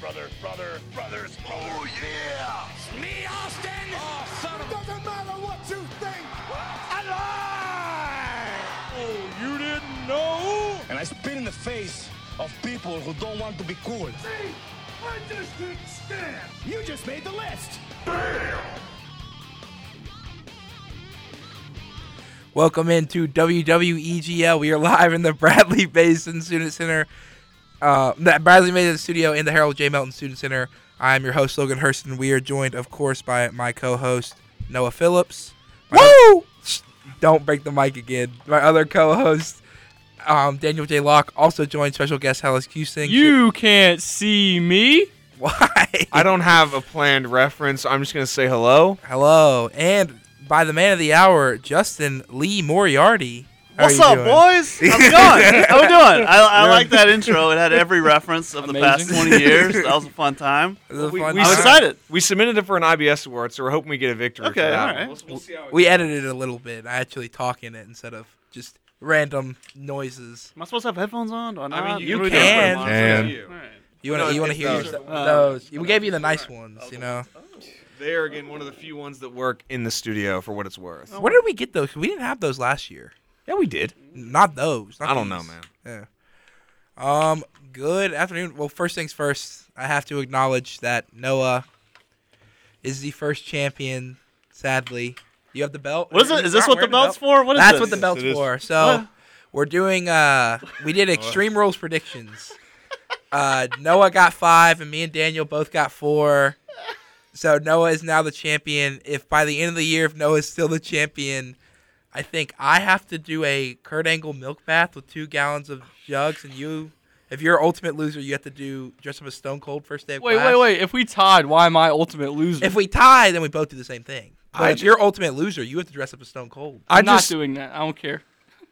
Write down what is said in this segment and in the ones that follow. brother, brothers. Oh yeah! It's me, Austin. Oh, son of Doesn't matter what you think. Oh, you didn't know? And I spit in the face of people who don't want to be cool. I just didn't stand. You just made the list. Welcome into WWEGL. We are live in the Bradley Mason Student Center, uh, the Bradley Mason Studio in the Harold J. Melton Student Center. I'm your host Logan Hurston. We are joined, of course, by my co-host Noah Phillips. Woo! Don't break the mic again. My other co-host um, Daniel J. Locke also joined. Special guest Hellas Cusing. You can't see me. why? I don't have a planned reference. I'm just gonna say hello. Hello, and by the man of the hour, Justin Lee Moriarty. How are What's you up, doing? boys? How's it going? How we doing? I, I like that intro. It had every reference of the past Amazing. 20 years. That was a fun time. This is a We- fun we I'm time. suck. excited. We submitted it for an IBS award, so we're hoping we get a victory. Okay, for all that. right. We edited it a little bit. I actually talk in it instead of just random noises. Am I supposed to have headphones on? Do I not? I mean, You Um, you, can. can. All right. You want to No, you want it's to hear those. Um, those, Uh, those. We gave you the nice ones, you know. They are again one of the few ones that work in the studio for what it's worth. Where did we get those? 'Cause We didn't have those last year. Yeah, we did. Not those. not I don't know, these. man. Yeah. Um. Good afternoon. Well, first things first. I have to acknowledge that Noah is the first champion. Sadly, you have the belt. What is it? Is this Not what the wearing belt's belt. for? What is That's this? what the belt's It is. for. So What? we're doing uh we did extreme rules predictions. Uh Noah got five and me and Daniel both got four. So Noah is now the champion. If by the end of the year if Noah is still the champion, I think I have to do a Kurt Angle milk bath with two gallons of jugs and you if you're ultimate loser you have to do dress up as stone cold first day of Wait, class. wait, wait. If we tied, why am I ultimate loser? If we tie, then we both do the same thing. But I if ju- you're ultimate loser, you have to dress up as Stone Cold. I'm I not just, doing that. I don't care.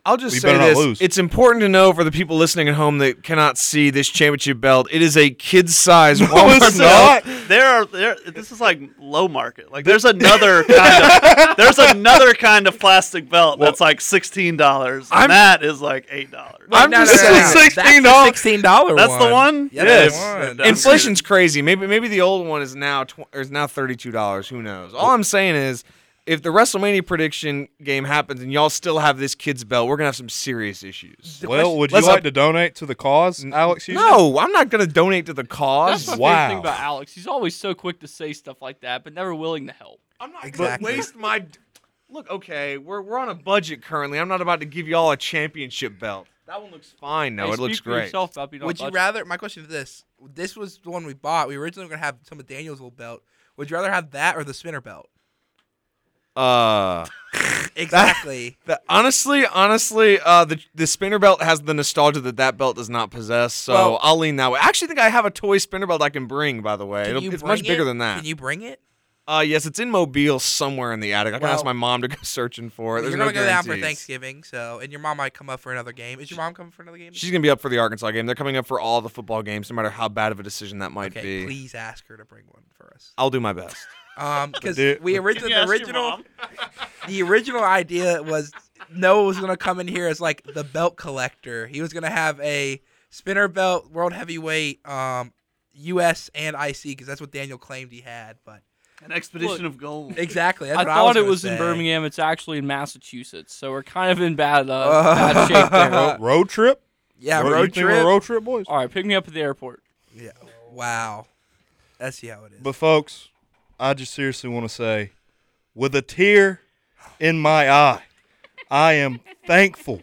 I'll just We say better not this: lose. it's important to know for the people listening at home that cannot see this championship belt. It is a kid-sized Walmart belt. So, there are there. This is like low market. Like there's another kind of there's another kind of plastic belt that's like sixteen dollars, and I'm- that is like eight dollars. I'm No, no, just no, no, no. saying That's $16. the sixteen dollar. That's the one? Yeah, Yes. that's the one. And- Inflation's crazy. Maybe maybe the old one is now tw- or is now thirty two dollars. Who knows? All I'm saying is, if the WrestleMania prediction game happens and y'all still have this kid's belt, we're gonna have some serious issues. Well, would you Let's like up- to donate to the cause, Alex? Houston? No, I'm not gonna donate to the That's my cause. favorite Wow. thing about Alex. He's always so quick to say stuff like that, but never willing to help. I'm not Exactly. gonna waste my. Look, okay, we're we're on a budget currently. I'm not about to give y'all a championship belt. That one looks fine. No, Hey, it looks speak for great. Yourself about being on Would you budget. rather? My question is this: This was the one we bought. We originally were gonna have some of Daniel's little belt. Would you rather have that or the spinner belt? Uh. Exactly. The, honestly, honestly, uh, the the spinner belt has the nostalgia that that belt does not possess. So Well- I'll lean that way. I actually think I have a toy spinner belt I can bring. By the way, Can It'll- you it's bring much it? bigger than that. Can you bring it? uh, yes, it's in Mobile somewhere in the attic. I can Well- ask my mom to go searching for it. You're There's no gonna go down for guarantees. Thanksgiving, so and your mom might come up for another game. Is your mom coming for another game? She's gonna be up for the Arkansas game. They're coming up for all the football games, no matter how bad of a decision that might okay. be. Please ask her to bring one for us. I'll do my best. Um, because Dude. we Can originally you the ask your original mom? the original idea was Noah was gonna come in here as like the belt collector. He was gonna have a spinner belt, world heavyweight, um, U.S. and IC because that's what Daniel claimed he had. But An expedition of gold. exactly, that's I what thought I it was was gonna in say. Birmingham. It's actually in Massachusetts. So we're kind of in bad, uh, Uh, bad shape there. Ro- road trip. Yeah, Ro- you road think we're trip. Road trip, boys. All right, pick me up at the airport. Yeah. Wow. That's how it is. But folks, I just seriously want to say, with a tear in my eye, I am thankful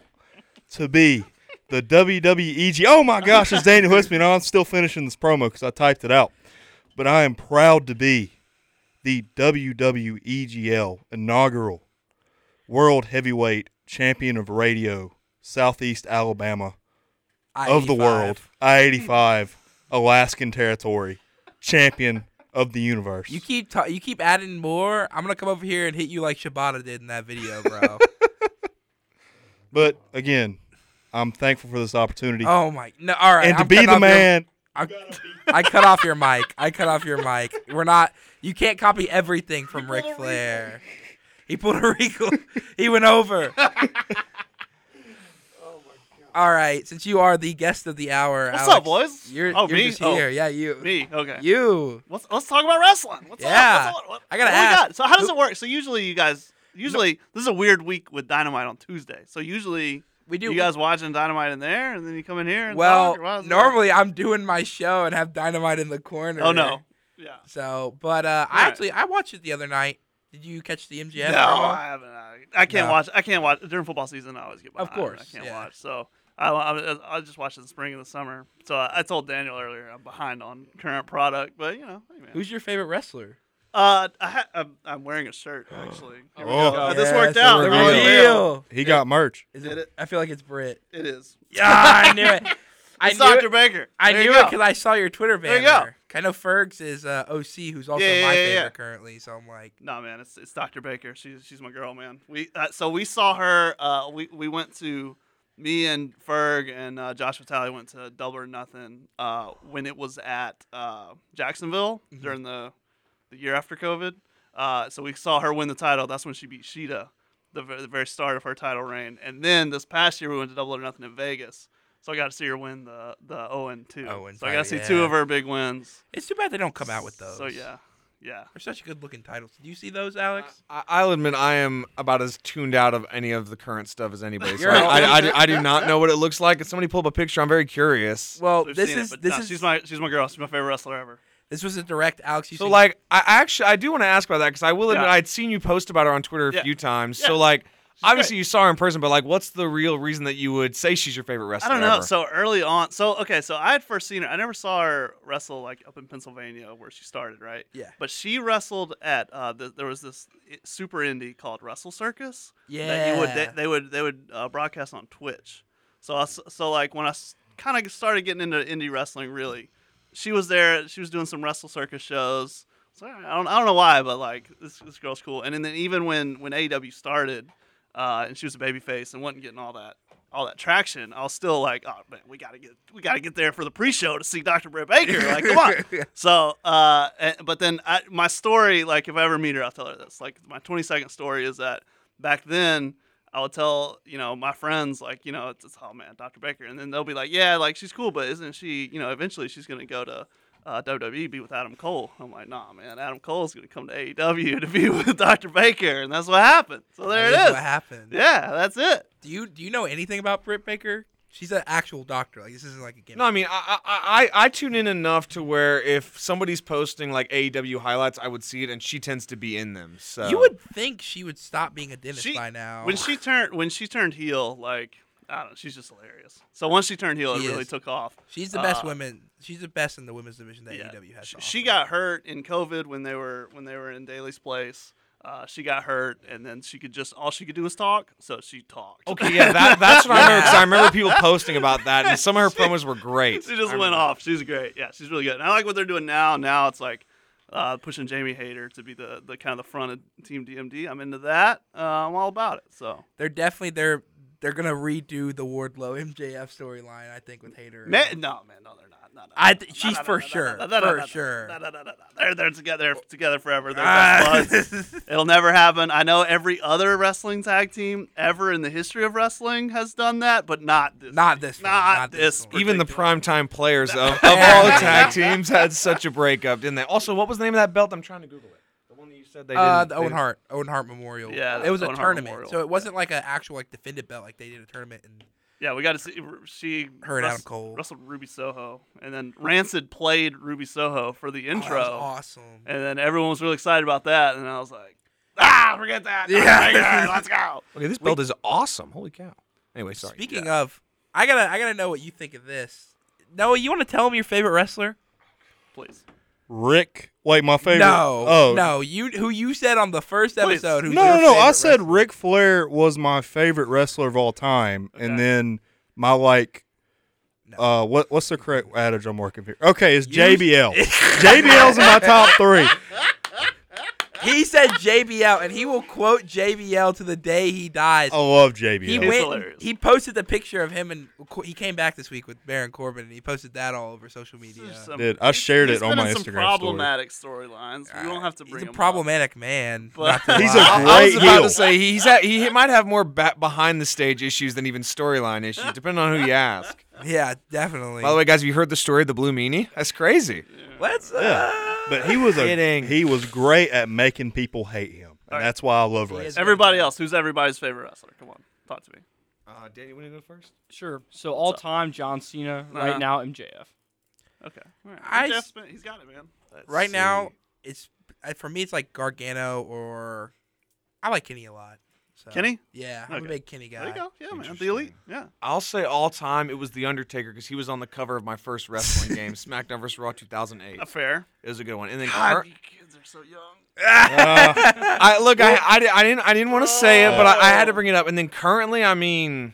to be the WWEG. Oh my gosh, it's Daniel Hussman. and I'm still finishing this promo because I typed it out. But I am proud to be the WWEGL inaugural World Heavyweight Champion of Radio, Southeast Alabama of the I-85. world, I 85, Alaskan Territory, champion of the universe. You keep ta- you keep adding more. I'm gonna come over here and hit you like Shibata did in that video, bro. But again, I'm thankful for this opportunity. oh my. No. All right. and to I'm be cutting the off your- man, I, I cut off your mic. I cut off your mic. We're not. You can't copy everything from Ric Flair. He pulled a Rico. He went over. All right, since you are the guest of the hour, What's Alex, up, boys? You're, oh, you're me? just Oh, here. Yeah, you. me. Okay. You. Let's, let's talk about wrestling. What's Yeah. up? What's up? What, I gotta what we ask. got? So how does it work? So usually you guys, usually this is a weird week with Dynamite on Tuesday. So usually We do. you guys watching Dynamite in there, and then you come in here. And well, talk, or how's it work? normally I'm doing my show and have dynamite in the corner. Oh no. Yeah. So, but uh, I Alright. actually I watched it the other night. Did you catch the MGF? no, promo? I haven't. I, I can't No. watch. I can't watch during football season. I always get Of behind. I course, can't yeah. watch. So I, I, I just watch in the spring and the summer. So I, I told Daniel earlier I'm behind on current product, but you know, hey, man. Who's your favorite wrestler? uh, I ha- I'm, I'm wearing a shirt actually. Here we Oh. go. Uh, this Yes, worked the out. reveal. Reveal. He got merch. Is Did it, it? I feel like it's Brit. It is. Yeah, I knew it. I It's knew Dr. it. Baker. I There knew you it go. because I saw your Twitter There banner. you go. I know Fergs is uh, OC, who's also Yeah, yeah, my yeah, favorite yeah. currently. So I'm like, No man, it's it's Dr. Baker. She's she's my girl, man. We uh, so we saw her. Uh, we we went to me and Ferg and uh, Josh Vitale went to Double or Nothing uh, when it was at uh, Jacksonville during the the year after COVID. Uh, so we saw her win the title. That's when she beat Sheeta, the, ver- the very start of her title reign. And then this past year we went to Double or Nothing in Vegas. So I got to see her win the the Owen two. Owen so I got to see title, two Oh yeah. of her big wins. it's too bad they don't come out with those. So yeah, Uh, yeah. they're such good looking titles. Did you see those, Alex? I, I'll admit I am about as tuned out of any of the current stuff as anybody. So You're I, I, I do- I do not know what it looks like. If somebody pull up a picture, I'm very curious. well, We've Oh, this seen it, is but this no, is she's my she's my girl. She's my favorite wrestler ever. this was a direct Alex. You so like, I actually I do want to ask about that because I will admit Yeah. I'd seen you post about her on Twitter a Yeah. few times. Yeah. So like, obviously great. you saw her in person, but like, what's the real reason that you would say she's your favorite I wrestler? don't know. ever? So early on, so okay, so I had first seen her. I never saw her wrestle like up in Pennsylvania where she started, right? Yeah. But she wrestled at uh, the, there was this i- super indie called Wrestle Circus. That you would they, Yeah. they would they would uh, broadcast on Twitch. So I s so like when I kind of started getting into indie wrestling, really, she was there. She was doing some Wrestle Circus shows. So I don't I don't know why, but like this this girl's cool. And, then even when when AEW started, uh, and she was a babyface and wasn't getting all that all that traction, I was still like, oh man, we gotta get we gotta get there for the pre-show to see Dr. Britt Baker. Like, come on. So, uh, and- but then I, my story, like if I ever meet her, I'll tell her this. Like my 20 second story is that back then I would tell you know my friends like you know it's, it's oh man Dr. Baker, and then they'll be like, yeah, like she's cool, but isn't she you know eventually she's gonna go to uh, WWE be with Adam Cole. I'm like, nah, man. Adam Cole's gonna come to AEW to be with Dr. Baker, and that's what happened. So there That it is. What happened? Yeah, that's it. Do you do you know anything about Britt Baker? She's an actual doctor. Like this isn't like a gimmick. No, I mean, I, I I I tune in enough to where if somebody's posting like AEW highlights, I would see it, and she tends to be in them. So you would think she would stop being a dentist She- by now. When she turned when she turned heel, like I don't know, she's just hilarious. So once she turned heel, She it really is. took off. she's the best uh, women. She's the best in the women's division that AEW has. She, to she offer. got hurt in COVID when they were when they were in Daly's place. Uh, she got hurt, and then she could just all she could do was talk. So she talked. Okay, yeah, that, that's what I remember because I remember people posting about that, and some of her promos were great. she just I went remember. off. She's great. Yeah, she's really good. And I like what they're doing now. Now it's like uh, pushing Jamie Hayter to be the, the kind of the front of Team DMD. I'm into that. Uh, I'm all about it. So They're definitely they're they're gonna redo the Wardlow MJF storyline. I think with Hater. Ma- no, man, no, they're not. No, no, I no, th- no, she's no, no, for no, no, sure, no, no, no, for no, no, sure. no, no, no, no, no. They're they're together together forever. They're Ah. best buds. It'll never happen. I know every other wrestling tag team ever in the history of wrestling has done that, but not this. Not team. this one, Not, not this this. one. Even the particular- primetime players of, of all the tag teams had such a breakup, didn't they? Also, what was the name of that belt? I'm trying to Google it. The one that you said they didn't. Uh, the they Owen didn't- Hart, Owen Hart Memorial. Yeah, it the was a Owen Hart tournament, Memorial, so it wasn't like an actual like defended belt. Like they did a tournament, and Yeah, we got to see she Her and Adam wrest- Cole. wrestled Ruby Soho, and then Rancid played Ruby Soho for the oh, that intro, was awesome. and then everyone was really excited about that, and I was like, ah, forget that. Yeah. let's go. Okay, this belt is awesome. Holy cow. Anyway, sorry. Speaking of, I gotta I gotta know what you think of this. Noah, you want to tell him your favorite wrestler? Please. Rick. Wait, my favorite. No, Oh no, you who you said on the first Please. episode. Who's No, your no, no. I favorite said wrestler. Ric Flair was my favorite wrestler of all time, and Okay. then my like, uh, what what's the correct adage I'm working here? Okay, it's JBL. JBL's in my top three. He said JBL, and he will quote JBL to the day he dies. I love He JBL. He's went. hilarious. He posted the picture of him, and co- he came back this week with Baron Corbin, and he posted that all over social media. There's some- Dude, I shared he's it on been in my some Instagram story. problematic storylines. We won't have to Ah, bring Uh, He's a him problematic man. But- not to He's lie. a I was great about heel. to say he's at, he might have more ba- behind the stage issues than even storyline issues, depending on who you ask. yeah, definitely. By the way, guys, have you heard the story of the Blue Meanie? That's crazy. let's. Uh, Yeah. But he was a, Kidding. he was great at making people hate him. And right. that's why I love He wrestling. is- up. Everybody else, who's everybody's favorite wrestler? Come on, talk to me. Uh, Danny, you want to go first? Sure. So all time, John Cena. Right Uh-huh. now, MJF. Okay, all right. I Jeff's s- been- he's got it, man. right now, it's uh, for me. It's like Gargano or I like Kenny a lot. uh, So. Kenny? Yeah, I'm Okay. a big Kenny guy. There you go. Yeah, man. The elite. Yeah. I'll say all time it was The Undertaker because he was on the cover of my first wrestling game, SmackDown vs. Raw 2008. Not fair. It was a good one. And then God, current- you kids are so young. I look, I, I, di- I didn't I didn't want to say it, but I, I had to bring it up. And then currently, I mean,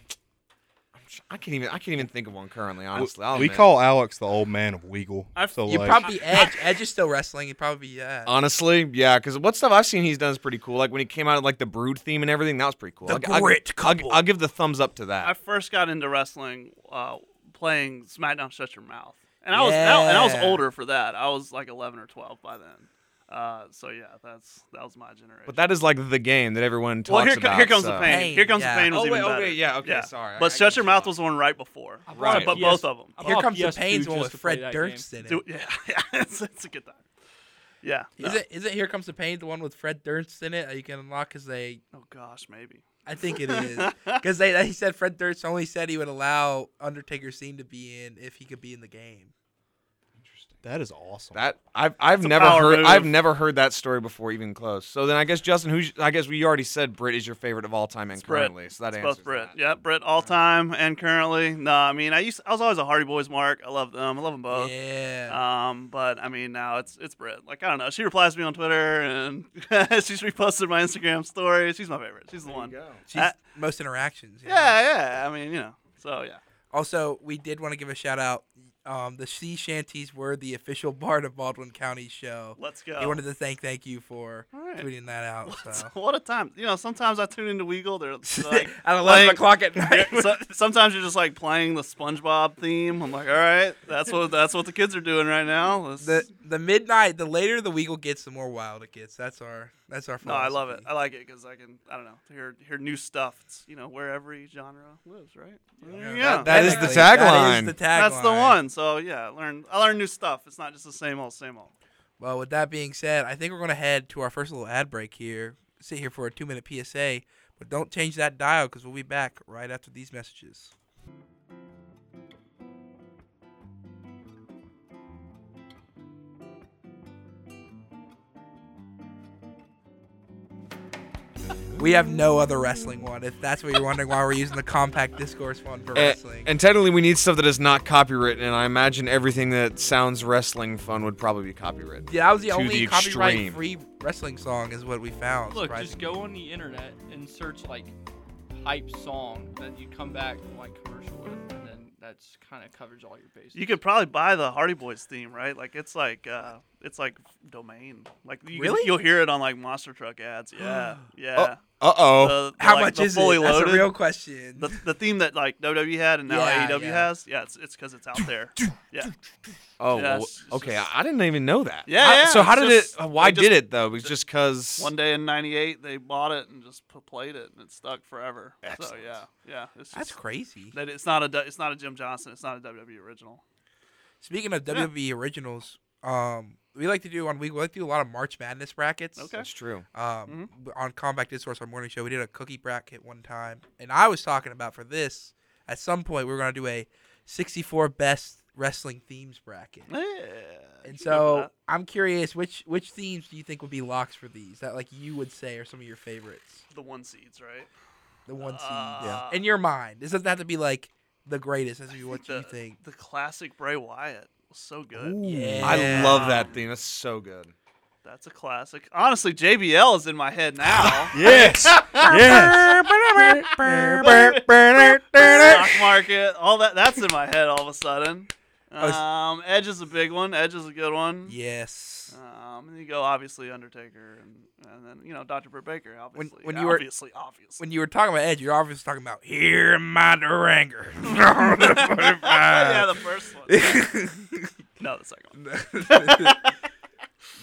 I'm tr- I can't even I can't even think of one currently. Honestly, I'll we admit. call Alex the old man of Weagle. I've- so You like, probably Edge. Edge is still wrestling. You probably uh, yeah. honestly, yeah, because what stuff I've seen he's done is pretty cool. Like when he came out of like the Brood theme and everything, that was pretty cool. The I'll, I'll- Grit I'll, Couple. I'll, give the thumbs up to that. I first got into wrestling uh, playing SmackDown Shut Your Mouth, and I was I, and I was Yeah. older for that. I was like 11 or 12 by then. Uh, so yeah, that's that was my generation. but that is like the game that everyone talks well, here, co- about. here comes so. the pain. Pain, Here comes yeah. the pain was Oh, even wait, oh, better. wait, yeah, okay, sorry. I- I But Shut get Your Mouth you. was the one right before. Right. So- but both of them. Here Oh, comes the PS2 pains one just with to play Fred that Durst in it. Dude, yeah, yeah, it's, it's a good time. Yeah. no. Is it is it Here Comes the Pain the one with Fred Durst in it? that You can unlock because they Oh gosh, maybe. I think it is because they he said Fred Durst only said he would allow Undertaker scene to be in if he could be in the game. that is awesome. That I've I've a never power heard I've move. never heard that story before, even close. So then I guess Justin, who's I guess we already said Britt is your favorite of all time and It's Brit. currently. So that it's answers both Brit. that. Yeah, Brit all time and currently. No, I mean I used I was always a Hardy Boys mark. I love them. I love them both. Yeah, Um, but I mean, now it's it's Brit. Like I don't know. She replies to me on Twitter, and she's reposted my Instagram story. She's my favorite. She's the one. she's uh, most interactions. you know? Yeah, yeah. I mean, you know. So yeah. Also, we did want to give a shout out. Um, the sea shanties were the official part of Baldwin County's show. Let's go. He wanted to thank thank you for All right. tweeting that out. So. what a time! You know, sometimes I tune into Weagle. They're like at eleven playing- o'clock at night. so, sometimes you're just like playing the SpongeBob theme. I'm like, all right, that's what that's what the kids are doing right now. Let's- the the midnight, the later the Weagle gets, the more wild it gets. That's our that's our. no, I love it. philosophy. I like it because I can, I don't know, hear hear new stuff. It's, you know, where every genre lives, right? Yeah, that is the Exactly. That tagline. is the that's the tagline. one. So yeah, I learn I learn new stuff. It's not just the same old, same old. Well, with that being said, I think we're going to head to our first little ad break here. Sit here for a two minute PSA, but don't change that dial because we'll be back right after these messages. We have no other wrestling one. If that's what you're wondering, why we're using the compact discourse one for And, wrestling. and technically, we need stuff that is not copywritten, and I imagine everything that sounds wrestling fun would probably be copywritten. yeah, that was the to only the copyright extreme. free wrestling song, is what we found. Look, surprisingly. just go on the internet and search like hype song that you come back like commercial with, and then that's kind of covers all your bases. You could probably buy the Hardy Boys theme, right? Like it's like uh it's like domain. Like you, Really? you'll hear it on like monster truck ads. Yeah, yeah. Uh oh. The- the, How like, much the is fully it? Loaded, That's a real question. the, the theme that like WWE had and now Yeah, AEW yeah. has. Yeah, it's it's because it's out there. Yeah, Oh, yeah, well, it's just- okay. I, I didn't even know that. Yeah, How- yeah, So how it's did just- it? uh, Why did they just- it though? It was just because. one day in '98 they bought it and just p- played it and it stuck forever. So Excellent. yeah, yeah. It's That's just, crazy. that it's not a du- it's not a Jim Johnson. It's not a WWE original. Speaking of WWE originals, um, we like to do on week we like to do a lot of March Madness brackets. Okay. Mm-hmm. That's true. Um, b- on Combat Discourse, our morning show, we did a cookie bracket one time, and I was talking about for this at some point we were gonna do a 64 best wrestling themes bracket. Yeah. And you can go for so that. I'm curious, which which themes do you think would be locks for these? That like you would say are some of your favorites, the one seeds, right? the one seed Uh, in your mind. This doesn't have to be like the greatest. This is what the, you think. The classic Bray Wyatt was so good. Yeah. I love that theme. That's so good. That's a classic. Honestly, JBL is in my head now. Yes. yes. Stock market, all that. That's in my head all of a sudden. was- Um, Edge is a big one. Edge is a good one. Yes. Uh, Um, and you go obviously Undertaker, and, and then you know Dr. Britt Baker, obviously. when you were- obviously, obviously. When you were talking about Edge, you're obviously talking about here in my Duranger. yeah, the first one. no, the second one.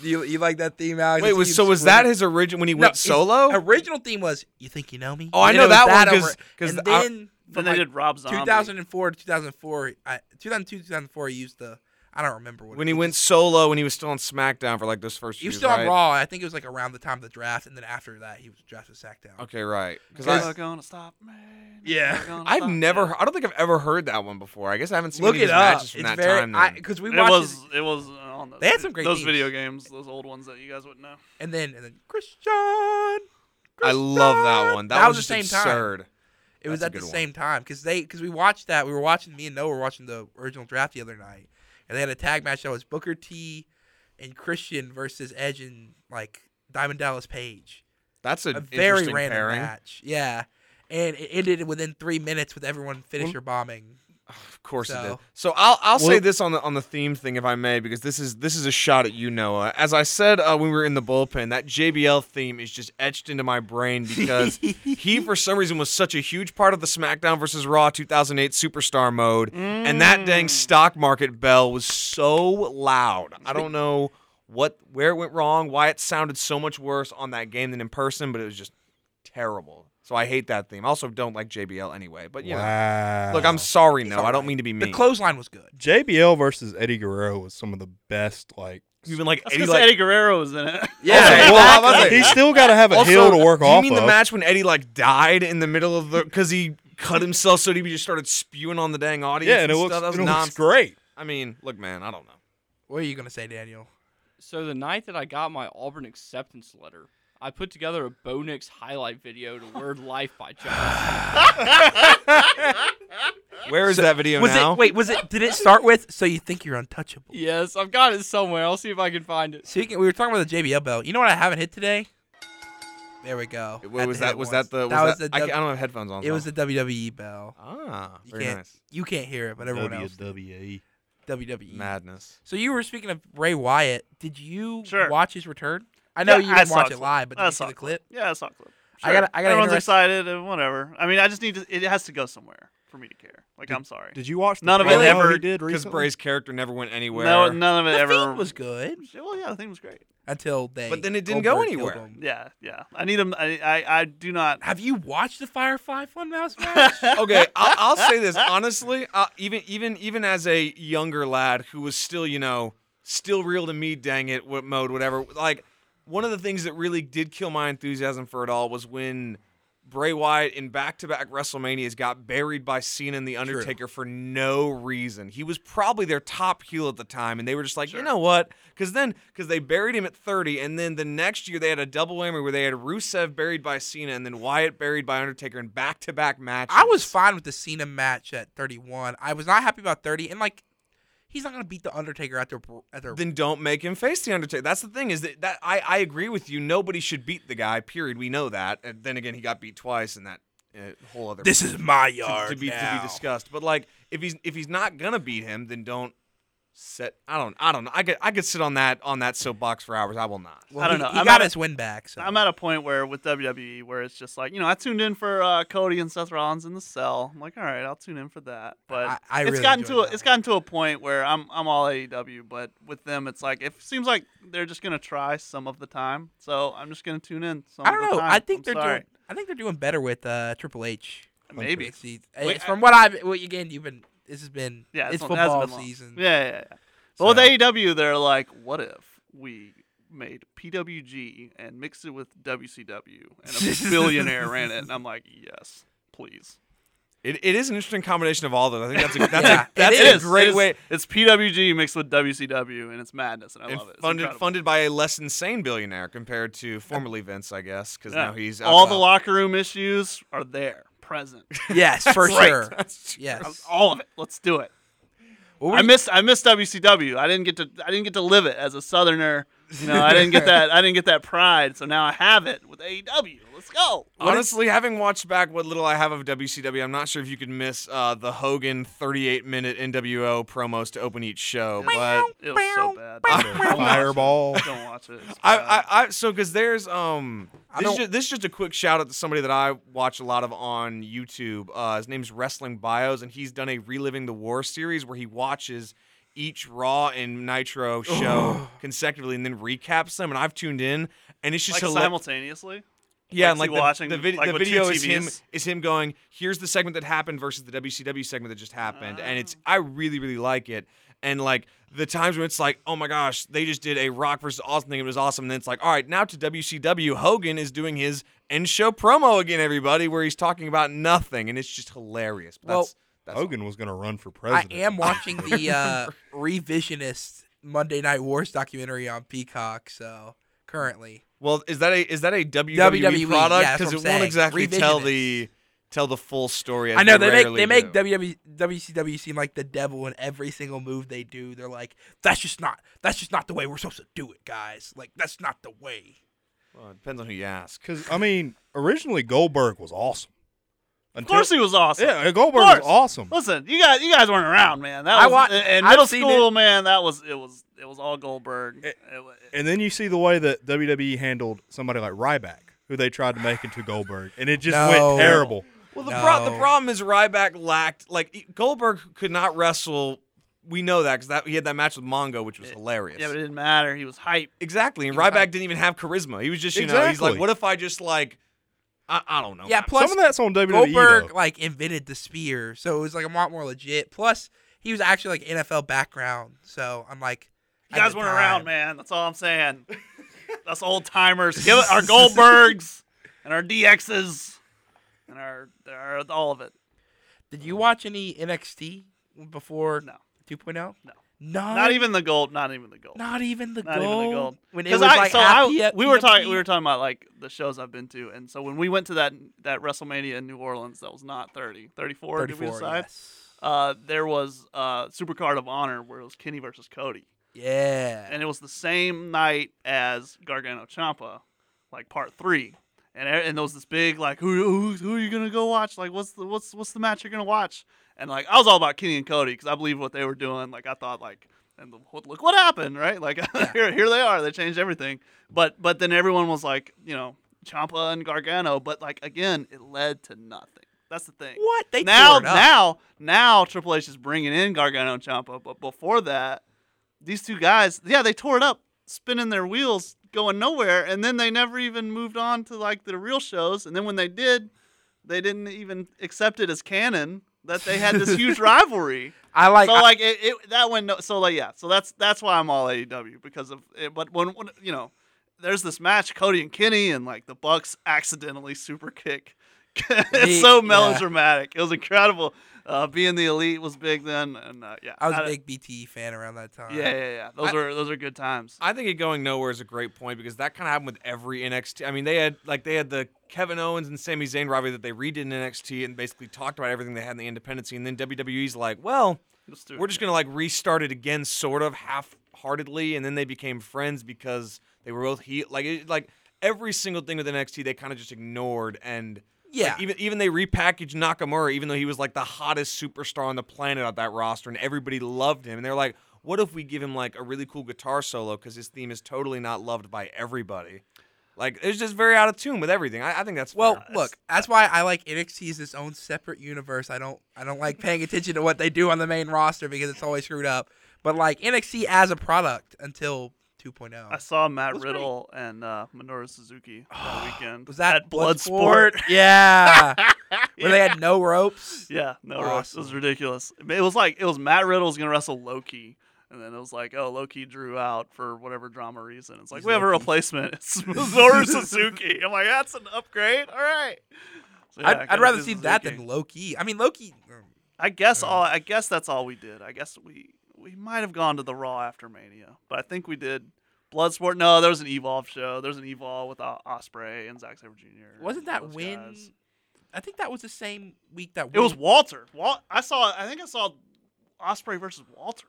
you, you like that theme, Alex? Wait, It's was you so was splitting- that his original when he No, went his solo? Original theme was "You Think You Know Me." Oh, I And know then it that was one 'cause- over- 'cause and the- I- then Then from, they like, did Rob Zombie. 2004 to 2004, I, 2002 2004. He used the I don't remember what when it he was. went solo and he was still on SmackDown for like those first. He was years, still on right? Raw. I think it was like around the time of the draft, and then after that, he was drafted to SmackDown. Okay, right. Because Never I. gonna stop me. Yeah. never gonna I've stop never. me. Heard, I don't think I've ever heard that one before. I guess I haven't seen Look any of it his up. matches It's from that very time. then. because we It watched his- was. It was on the, They had some great those teams. video games, those old ones that you guys wouldn't know. and then and then Christian. I love that Christian. one. That, was was the same just time. absurd. It was That's a at the good one. same time because they because we watched that. We were watching me and Noah were watching the original draft the other night, and they had a tag match that was Booker T and Christian versus Edge and like Diamond Dallas Page. That's a, a very interesting random pairing. match. Yeah. And it ended within three minutes with everyone finisher bombing. Of course it did. So- So I'll I'll say Well- this on the on the theme thing if I may because this is this is a shot at you Noah. As I said uh, when we were in the bullpen, that JBL theme is just etched into my brain because he for some reason was such a huge part of the SmackDown versus Raw 2008 Superstar mode, and that Mm. dang stock market bell was so loud. I don't know what where it went wrong, why it sounded so much worse on that game than in person, but it was just terrible. So I hate that theme. I also don't like JBL anyway, but you know. Wow. Look, I'm sorry, no. I alright. don't mean to be The mean. clothesline was good. JBL versus Eddie Guerrero was some of the best. Like, Even like I was Eddie, gonna say like Eddie Guerrero was in it. yeah. well, I was like- he still got to have a also, hill to work do off You mean of. the match when Eddie like died in the middle of the because he cut himself so he just started spewing on the dang audience? yeah, and it stuff? looks, That was it looks nonsense. great. I mean, look, man, I don't know. What are you gonna say, Daniel? So the night that I got my Auburn acceptance letter, I put together a Bo Nix highlight video to "Word Life" by John. Where is that video Was now? it wait, was it did it start with so you think you're untouchable? yes, I've got it somewhere. I'll see if I can find it. Speaking we were talking about the JBL belt. You know what I haven't hit today? There we go. What Had was to hit that? it Was once. that the? Was that was that, the I, W- can't- I don't have headphones on. it was so- the WWE bell. ah, You very can't nice. you can't hear it, but everyone E. else WWE. WWE. Madness. E. So you were speaking of Ray Wyatt. Did you Sure. watch his return? I know Yeah, you I didn't saw watch a it live, but I did you saw see a the clip? Yeah, I saw a clip. I gotta- I gotta Everyone's interrupt- excited and whatever. I mean, I just need to. It has to go somewhere for me to care. Like, I'm sorry. Did you watch the None of it promo ever- he did Because recently? Bray's character never went anywhere. no, none of it The ever theme was good Well, yeah, the thing was great. until they. But then it didn't go Goldberg killed anywhere. him. Yeah, yeah. I need him. I, I, I do not. Have you watched the Firefly Funhouse match? okay, I'll, I'll say this honestly. Uh, even even even as a younger lad who was still, you know, still real to me, dang it, what mode, whatever. Like one of the things that really did kill my enthusiasm for it all was when Bray Wyatt in back-to-back WrestleManias got buried by Cena and The Undertaker for no reason. He was probably their top heel at the time, and they were just like, you know what? Because then, because they buried him at 30, and then the next year they had a double whammy where they had Rusev buried by Cena and then Wyatt buried by Undertaker in back-to-back matches. I was fine with the Cena match at 31. I was not happy about 30, and like, he's not gonna beat the Undertaker at their at their. then don't make him face the Undertaker. That's the thing is that, that I, I agree with you. Nobody should beat the guy. Period. We know that. And then again, he got beat twice, and that uh, whole other this is my to- yard to, be to now. be discussed. But like, if he's if he's not gonna beat him, then don't set. I don't I don't know. I could I could sit on that on that soapbox for hours. I will not. Well, I don't he- know. He I'm got at a- his win back. So I'm at a point where with WWE, where it's just like you know, I tuned in for uh, Cody and Seth Rollins in the cell. I'm like, all right, I'll tune in for that. But I- I it's really gotten enjoyed to a, that it's one. gotten to a point where I'm I'm all AEW, but with them, it's like it seems like they're just gonna try some of the time. So I'm just gonna tune in. Some I don't of the know. time. I think I'm they're sorry. doing. I think they're doing better with uh, Triple H. maybe. It's the- eh, Wait, it's from what I've well, again, you've been. This has been. Yeah, it's not- it hasn't football been long. season. Yeah, yeah, yeah. But with So- AEW, they're like, what if we made PWG and mixed it with WCW and a billionaire ran it? And I'm like, yes, please. It, it is an interesting combination of all those. I think that's a that's Yeah, a that's it a is. great It's- way. It's PWG mixed with WCW, and it's madness, and I And love it. It's funded incredible. funded by a less insane billionaire compared to formerly Vince, I guess, because Yeah. now he's uh, up, all the up. locker room issues are there, present. Yes, for Right. sure. That's- Yes. all of it. Let's do it. What were I you- missed I missed WCW. I didn't get to I didn't get to live it as a Southerner. You know, I didn't get that I didn't get that pride. So now I have it with AEW. Let's go. Honestly, having watched back what little I have of WCW, I'm not sure if you could miss uh, the Hogan 38 minute NWO promos to open each show. But It was so bad. Fireball. Don't watch it. It's I, bad. I, I so because there's um this is, don't- just, this is just a quick shout out to somebody that I watch a lot of on YouTube. Uh, his name's Wrestling Bios, and he's done a reliving the war series where he watches each Raw and Nitro show consecutively and then recaps them. And I've tuned in, and it's just like hila- simultaneously. yeah, Like, and like you the, watching, the, vid- like, the with two video is him TVs? is him going, here's the segment that happened versus the WCW segment that just happened, and it's Ah. I really really like it, and like the times when it's like, oh my gosh, they just did a Rock versus Austin thing, it was awesome, and then it's like, all right, now to WCW, Hogan is doing his end show promo again, everybody, where he's talking about nothing, and it's just hilarious. But Well, that's, that's Hogan was going to run for I president. am watching the uh, revisionist Monday Night Wars documentary on Peacock. So currently, Well, is that a is that a WWE, WWE, product? E, yeah, that's what it I'm won't saying. exactly tell Revisionist. the tell the full story. as I know they make rarely they make E, do. WW, WCW seem like the devil in every single move they do. They're like, that's just not that's just not the way we're supposed to do it, guys. Like that's not the way. Well, it depends on who you ask. Because, I mean, originally Goldberg was awesome. Of course, he was awesome. Yeah, Goldberg was course. awesome. Listen, you guys, you guys weren't around, man. That I was wa- in I've middle seen school, man. That was it was it was all Goldberg. It- It wa- And then you see the way that WWE handled somebody like Ryback, who they tried to make into Goldberg, and it just No. went terrible. Well, the, pro- the No. problem is Ryback lacked like e- Goldberg could not wrestle. We know that because that he had that match with Mongo, which was hilarious. Eh, yeah, but it didn't matter. He was hype. exactly, and Ryback didn't even have charisma. He was just you know he's like, Exactly. what if I just like, I, I don't know. Yeah, man." plus Some of that's on WWE. Goldberg though. like invented the spear, so it was like a lot more legit. Plus, he was actually like NFL background, so I'm like, You at guys the weren't around, time- man. That's all I'm saying. That's old timers. Give it our Goldbergs and our DXs and our, our all of it. Did you watch any NXT before oh? No. 2.0? No, No. not, Not even the gold. Not even the gold. not even the not gold. even the gold. When it 'Cause was I, like so half I- P- we were talking, PFP? we were talking about like the shows I've been to, and so when we went to that that WrestleMania in New Orleans, that was not 30, 34. did we 34. decide? yes. Uh, there was uh, Supercard of Honor where it was Kenny versus Cody, Yeah. and it was the same night as Gargano Champa, like part three, and e- and there was this big like who who who are you gonna go watch? Like what's the what's what's the match you're gonna watch? And like I was all about Kenny and Cody because I believe what they were doing. Like I thought like and the, what- look what happened, right? Like here here they are. They changed everything. But but then everyone was like you know Champa and Gargano, but like again it led to nothing. That's the thing what they now, tore it up. now, now, Triple H is bringing in Gargano and Ciampa, but before that, these two guys, yeah, they tore it up, spinning their wheels, going nowhere, and then they never even moved on to like the real shows. And then when they did, they didn't even accept it as canon that they had this huge rivalry. I like. so I- like it, it that went no, so like yeah, so that's that's why I'm all AEW because of it. But when, when you know, there's this match Cody and Kenny and like the Bucks accidentally super kick. it's The- so yeah. melodramatic. It was incredible. Uh, being the elite was big then, and uh, yeah, I was a a big BT fan around that time. Yeah, yeah, yeah. Those I- were those are good times. I think it going nowhere is a great point because that kind of happened with every NXT. I mean, they had like they had the Kevin Owens and Sami Zayn rivalry that they redid in NXT and basically talked about everything they had in the independent scene. And then WWE's like, well, Let's do it we're just again. gonna like restart it again, sort of half-heartedly, and then they became friends because they were both he like it, like every single thing with NXT they kind of just ignored and like, Yeah. even even they repackaged Nakamura even though he was like the hottest superstar on the planet on that roster and everybody loved him and they're like what if we give him like a really cool guitar solo because his theme is totally not loved by everybody like it's just very out of tune with everything I, I think that's Well, fair. look, that's why I like NXT is its own separate universe. I don't, I don't like paying attention to what they do on the main roster because it's always screwed up. But like NXT as a product until oh. 2.0. I saw Matt Riddle and uh, Minoru Suzuki that weekend. was that at Bloodsport? Bloodsport? Yeah. Where they had no ropes. Yeah, no, it was Awesome. ridiculous. It was like it was Matt Riddle's gonna wrestle Loki, and then it was like, oh, Loki drew out for whatever drama reason. It's like we have a replacement. It's Minoru Suzuki. I'm like, that's an upgrade. All right. So, yeah, I'd, I I'd rather guess see it's that Suzuki. than Loki. I mean, Loki. I guess all. I guess that's all we did. I guess we we might have gone to the Raw after Mania, but I think we did. Bloodsport. No, there was an Evolve show. There was an Evolve with O- Osprey and Zack Sabre Jr. Wasn't and that those when? guys. I think that was the same week that It was Walter. Wal- I saw. I think I saw Osprey versus Walter.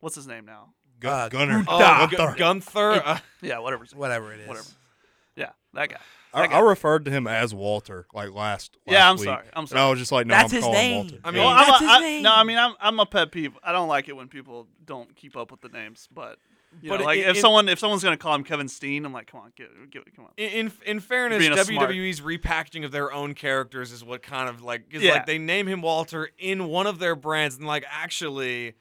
What's his name now? Gun- uh, Gunner. Oh, Gunther, Gunther, uh, Yeah, whatever. his- whatever it is. Whatever. Yeah, that guy. I, I referred to him as Walter like last. Yeah, last I'm week, sorry. I'm And I sorry. was just like, no, That's I'm his calling name. Walter. I Yeah. mean- Well, I'm That's a, his I, name. no, I mean I'm I'm a pet peeve. I don't like it when people don't keep up with the names, but you But know, like it- if it- someone if someone's gonna call him Kevin Steen, I'm like, come on, get, get come on. In in, in fairness, Being a smart- WWE's repackaging of their own characters is what kind of like is Yeah. like they name him Walter in one of their brands, and like actually,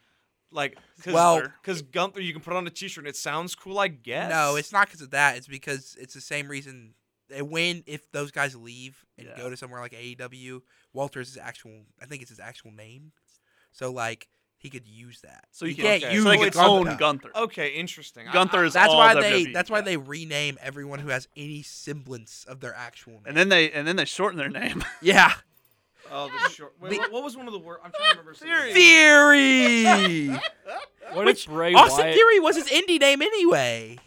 like cause, Well- because Gunther you can put on a T-shirt and it sounds cool, I guess. No, it's not because of that. It's because it's the same reason. And when if those guys leave and Yeah. go to somewhere like AEW, Walter is his actual. I think it's his actual name. So like he could use that. So you He can- can't okay. use so they like can it's Gunther. own Gunther. okay. Interesting. I- Gunther I- is Oh, That's all E. why they. WWE. That's why Yeah. they rename everyone who has any semblance of their actual name. And then they and then they shorten their name. yeah, Oh, the short. Wait, The- what, what was one of the words? I'm trying to remember. some of the- Theory. What Which- if Bray Austin Wyatt? Theory was his indie name anyway.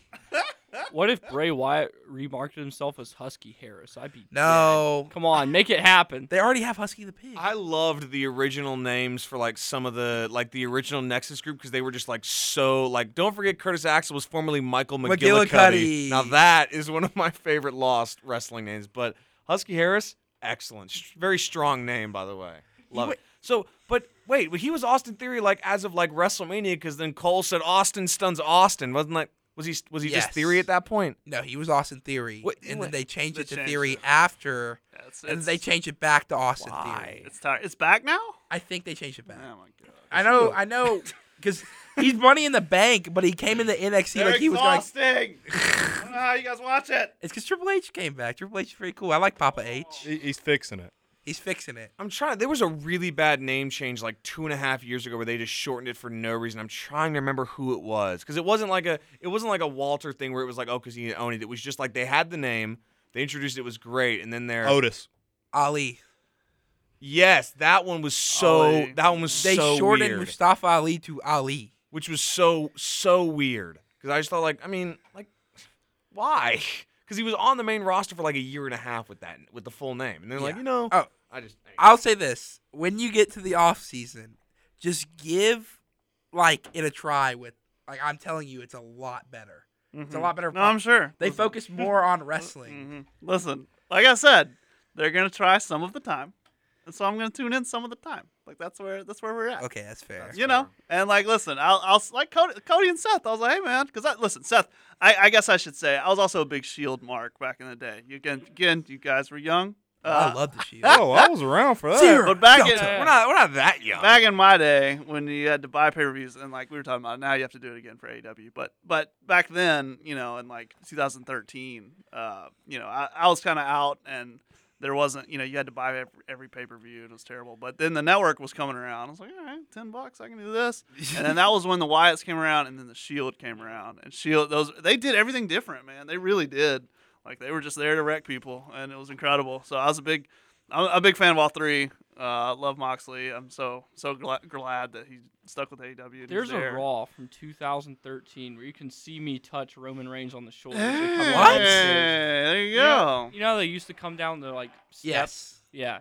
What if Bray Wyatt remarketed himself as Husky Harris? I'd be No, dead. Come on, make it happen. they already have Husky the Pig. I loved the original names for like some of the like the original Nexus group because they were just like so like don't forget Curtis Axel was formerly Michael McGillicuddy. McGillicuddy. Now that is one of my favorite lost wrestling names, but Husky Harris, excellent, Sh- very strong name by the way, love it. So, but wait, but he was Austin Theory like as of like WrestleMania because then Cole said Austin stuns Austin, wasn't like was he was he just Yes. Theory at that point? no, he was Austin Theory, What- and what- then they changed they it to changed Theory it. after, Yeah, it's, and it's, they changed it back to Austin Theory. It's tired. It's back now. I think they changed it Oh back. my god. I know, I know, because he's money in the bank, but he came in the NXT like he was like. exhausting. Ah, you guys watch it. It's because Triple H came back. Triple H is pretty cool. I like Oh. Papa H. He- he's fixing it. He's fixing it. I'm trying. There was a really bad name change like two and a half years ago where they just shortened it for no reason. I'm trying to remember who it was because it wasn't like a it wasn't like a Walter thing where it was like oh because he owned it. It was just like they had the name, they introduced it, it was great, and then they're Otis. Ali. yes that one was so Ollie. that one was They so shortened weird, Mustafa Ali to Ali. which was so so weird because I just thought like I mean like why because he was on the main roster for like a year and a half with that with the full name and they're like Yeah. you know Oh, I just I'll say this: when you get to the off season, just give like it a try with like I'm telling you, it's a lot better. It's a lot better. No, I'm sure. They focus more on wrestling. Mhm. Listen, like I said, they're gonna try some of the time, and so I'm gonna tune in some of the time. Like that's where that's where we're at. Okay, that's fair. You know, and like, listen, I'll, I'll like Cody, Cody and Seth. I was like, hey man, because I listen, Seth. I, I guess I should say I was also a big Shield mark back in the day. You again, again, you guys were young. I Uh, love the Shield. Oh, I was around for that. Zero but back in- Delta. we're not we're not that young back in my day when you had to buy pay per views and like we were talking about now you have to do it again for AEW but but back then you know in like 2013 uh you know I, I was kind of out and there wasn't you know you had to buy every, every pay per view it was terrible but then the network was coming around I was like all right 10 bucks I can do this and then that was when the Wyatts came around and then the Shield came around and Shield those they did everything different man they really did like they were just there to wreck people and it was incredible so I was a big I'm a big fan of all three. Uh, love Moxley. I'm so so gla- glad that he stuck with AEW. and There's he's there. a Raw from 2013 where you can see me touch Roman Reigns on the shoulder. as they come What? down the stairs. Hey, there you You know, go. you know they used to come down the like steps. Yes. Yeah.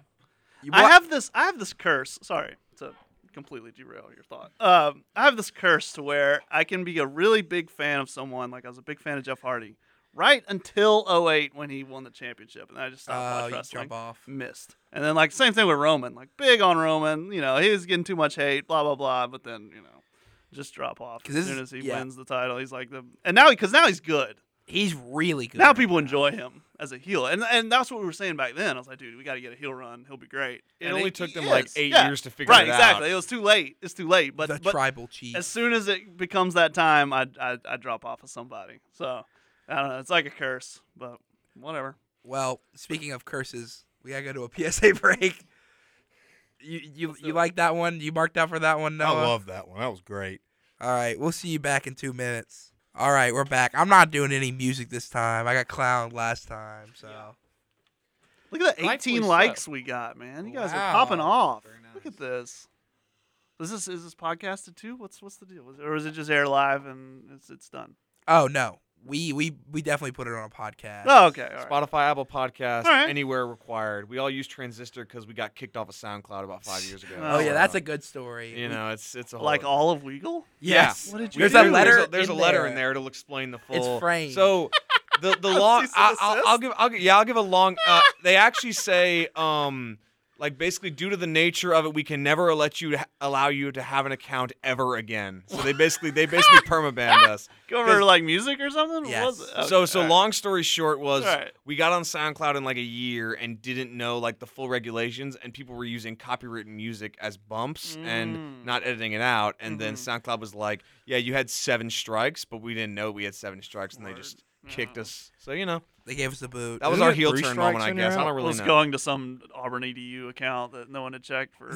You I wa- have this. I have this curse. Sorry to completely derail your thought. Um, I have this curse to where I can be a really big fan of someone. Like I was a big fan of Jeff Hardy, right until 08 when he won the championship, and I just stopped Oh, watching you wrestling. jump off. missed. And then like same thing with Roman, like big on Roman. You know, he was getting too much hate, blah blah blah. But then you know, just drop off 'Cause as this soon as is- he yeah. wins the title. He's like the and now because now he's good. He's really good. Now people enjoy him as a heel, and and that's what we were saying back then. I was like, dude, we got to get a heel run. He'll be great. It And only he- took he them, like, is. eight years to figure right, it out. exactly. It was too late. It's too late. But the but tribal chief. as soon as it becomes that time, I I, I drop off of somebody. So I don't know. It's like a curse, but whatever. Well, speaking of curses, we gotta go to a PSA break. You you you like that one? You marked out for that one, I Noah? love that one. That was great. All right, we'll see you back in two minutes. All right, we're back. I'm not doing any music this time. I got clowned last time, so Look at the Rightfully 18 so. likes we got, man. You guys are popping off. Look at this. Is this is this podcasted too? What's what's the deal? Is- Or is it just air live and it's it's done? oh no, we we we definitely put it on a podcast. Oh, okay. all right. Spotify, Apple Podcast, All right. anywhere required. We all use Transistor because we got kicked off of SoundCloud about five years ago. Oh yeah, So, that's a good story. you We- know, it's it's a whole Like all of Weagle? yes. What did you There's a do? letter. There's a, there's in a letter in there that'll explain the full. framed. So the the long Cease I, and I'll, I'll desist? give I'll give, yeah I'll give a long. Uh, they actually say um like basically due to the nature of it, we can never let you ha- allow you to have an account ever again. So they basically they basically permabanned us. Go over like music or something? What was Yes. it? Okay, so so all right. long story short was Alright. we got on SoundCloud in like a year and didn't know like the full regulations and people were using copywritten music as bumps Mm. and not editing it out and then Mm-hmm. SoundCloud was like yeah you had seven strikes but we didn't know we had seven strikes and they just kicked us so you know They gave us a boot. that was Isn't our it heel three turn moment strikes I and you're guess I don't out? really was know going to some Auburn EDU account that no one had checked for a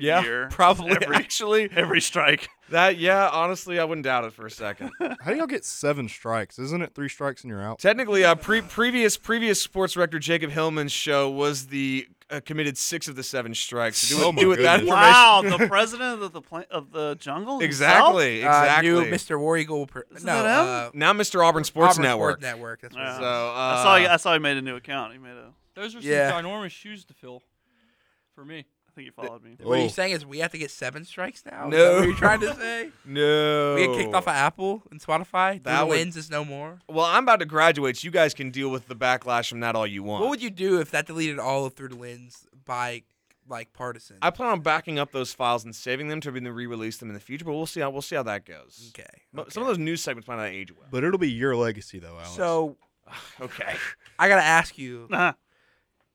yeah year. probably Every- actually Every strike. that yeah honestly I wouldn't doubt it for a second How do y'all get seven strikes? Isn't it three strikes and you're out? Technically, uh, pre- previous previous sports director Jacob Hillman's show was the uh, committed six of the seven strikes. So do, Oh with- my do with that goodness. information. Wow, the president of the pla- of the jungle. himself? Exactly, exactly. Uh, new Mr. War Eagle. Per- no, Isn't that him? uh, now Mr. Auburn Sports Auburn Network. Sports Network. That's what Yeah. it's So uh, I saw. he- I saw he made a new account. He made a. Those are some Yeah. ginormous shoes to fill for me. I think he followed me. What are you Whoa. saying is we have to get seven strikes now? Is that No. what you're trying to say? no. We get kicked off of Apple and Spotify. That That would- wins is no more. well, I'm about to graduate. So you guys can deal with the backlash from that all you want. What would you do if that deleted all of through the lens by like partisan? I plan on backing up those files and saving them to be re-release them in the future. But we'll see how we'll see how that goes. okay. But Some of those news segments might not age well. But it'll be your legacy though, Alex. So Okay. I gotta ask you. Uh-huh.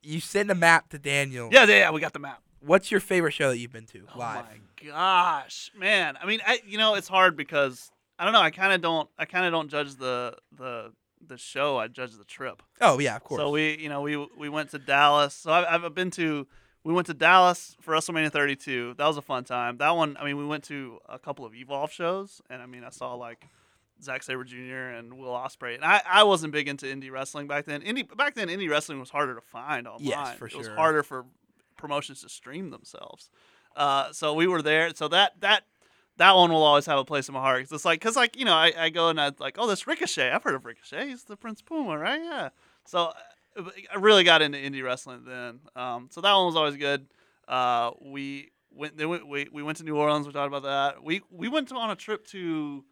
You send a map to Daniel. Yeah, yeah, yeah, we got the map. What's your favorite show that you've been to live? Oh my gosh, man. I mean, I you know it's hard because I don't know. I kind of don't. I kind of don't judge the the the show. I judge the trip. Oh yeah, of course. So we you know we we went to Dallas. So I've, I've been to. We went to Dallas for WrestleMania 32. That was a fun time. That one, I mean, we went to a couple of Evolve shows, and I mean, I saw like Zack Saber Jr. and Will Ospreay. And I, I wasn't big into indie wrestling back then. Indie back then, indie wrestling was harder to find online. Yes, for It was sure. harder for promotions to stream themselves. Uh, so we were there. So that that that one will always have a place in my heart. 'Cause it's like, cause like you know, I, I go and I like, oh, this Ricochet. I've heard of Ricochet. He's the Prince Puma, right? Yeah. So uh, I really got into indie wrestling then. Um, so that one was always good. Uh, we went then we, we we went to New Orleans. We talked about that. We we went to, on a trip to.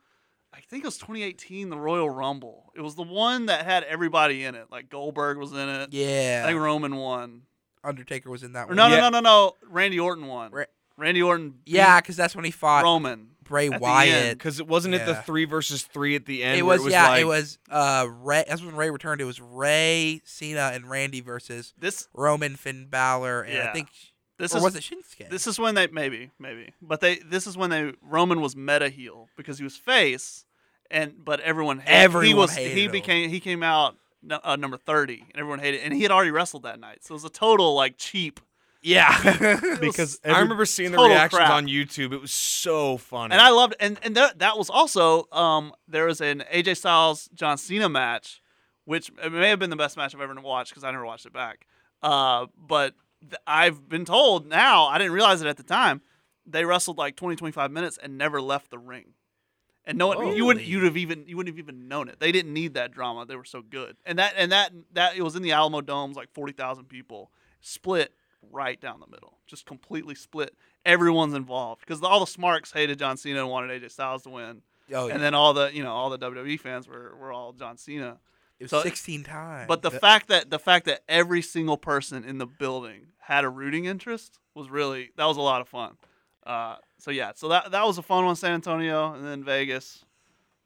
I think it was 2018, the Royal Rumble. It was the one that had everybody in it. Like Goldberg was in it. I yeah, think Roman won. Undertaker was in that Or one. no, Yeah. no, no, no, no. Randy Orton won. Ra- Randy Orton. beat yeah, because that's when he fought Roman. Bray at the Wyatt. end, Because it wasn't it the Yeah. three versus three at the end. It where was, yeah, like, it was uh Ray that's when Ray returned. It was Ray, Cena, and Randy versus This Roman, Finn Balor, and Yeah. I think this or is was it Shinsuke? this is when they maybe maybe, but they this is when they Roman was meta heel because he was face, and but everyone hated, he Everyone was hated he him. became he came out nu- uh, number thirty and everyone hated and he had already wrestled that night so it was a total like cheap yeah. because I every- remember seeing the total reactions crap. on YouTube. It was so funny. and I loved and and that that was also um there was an AJ Styles John Cena match, which it may have been the best match I've ever watched because I never watched it back. Uh, but th- I've been told now I didn't realize it at the time. They wrestled like 20, 25 minutes and never left the ring. And no one, you wouldn't, Really? you'd have even, you wouldn't have even known it. They didn't need that drama. They were so good. And that, and that, that it was in the Alamo Domes, like forty thousand people, split right down the middle, just completely split. Everyone's involved because all the smarks hated John Cena and wanted AJ Styles to win, oh, yeah. and then all the, you know, all the WWE fans were were all John Cena. it was so- sixteen times. But the fact that the fact that every single person in the building had a rooting interest was really that was a lot of fun. Uh, so yeah, so that that was a fun one, San Antonio, and then Vegas,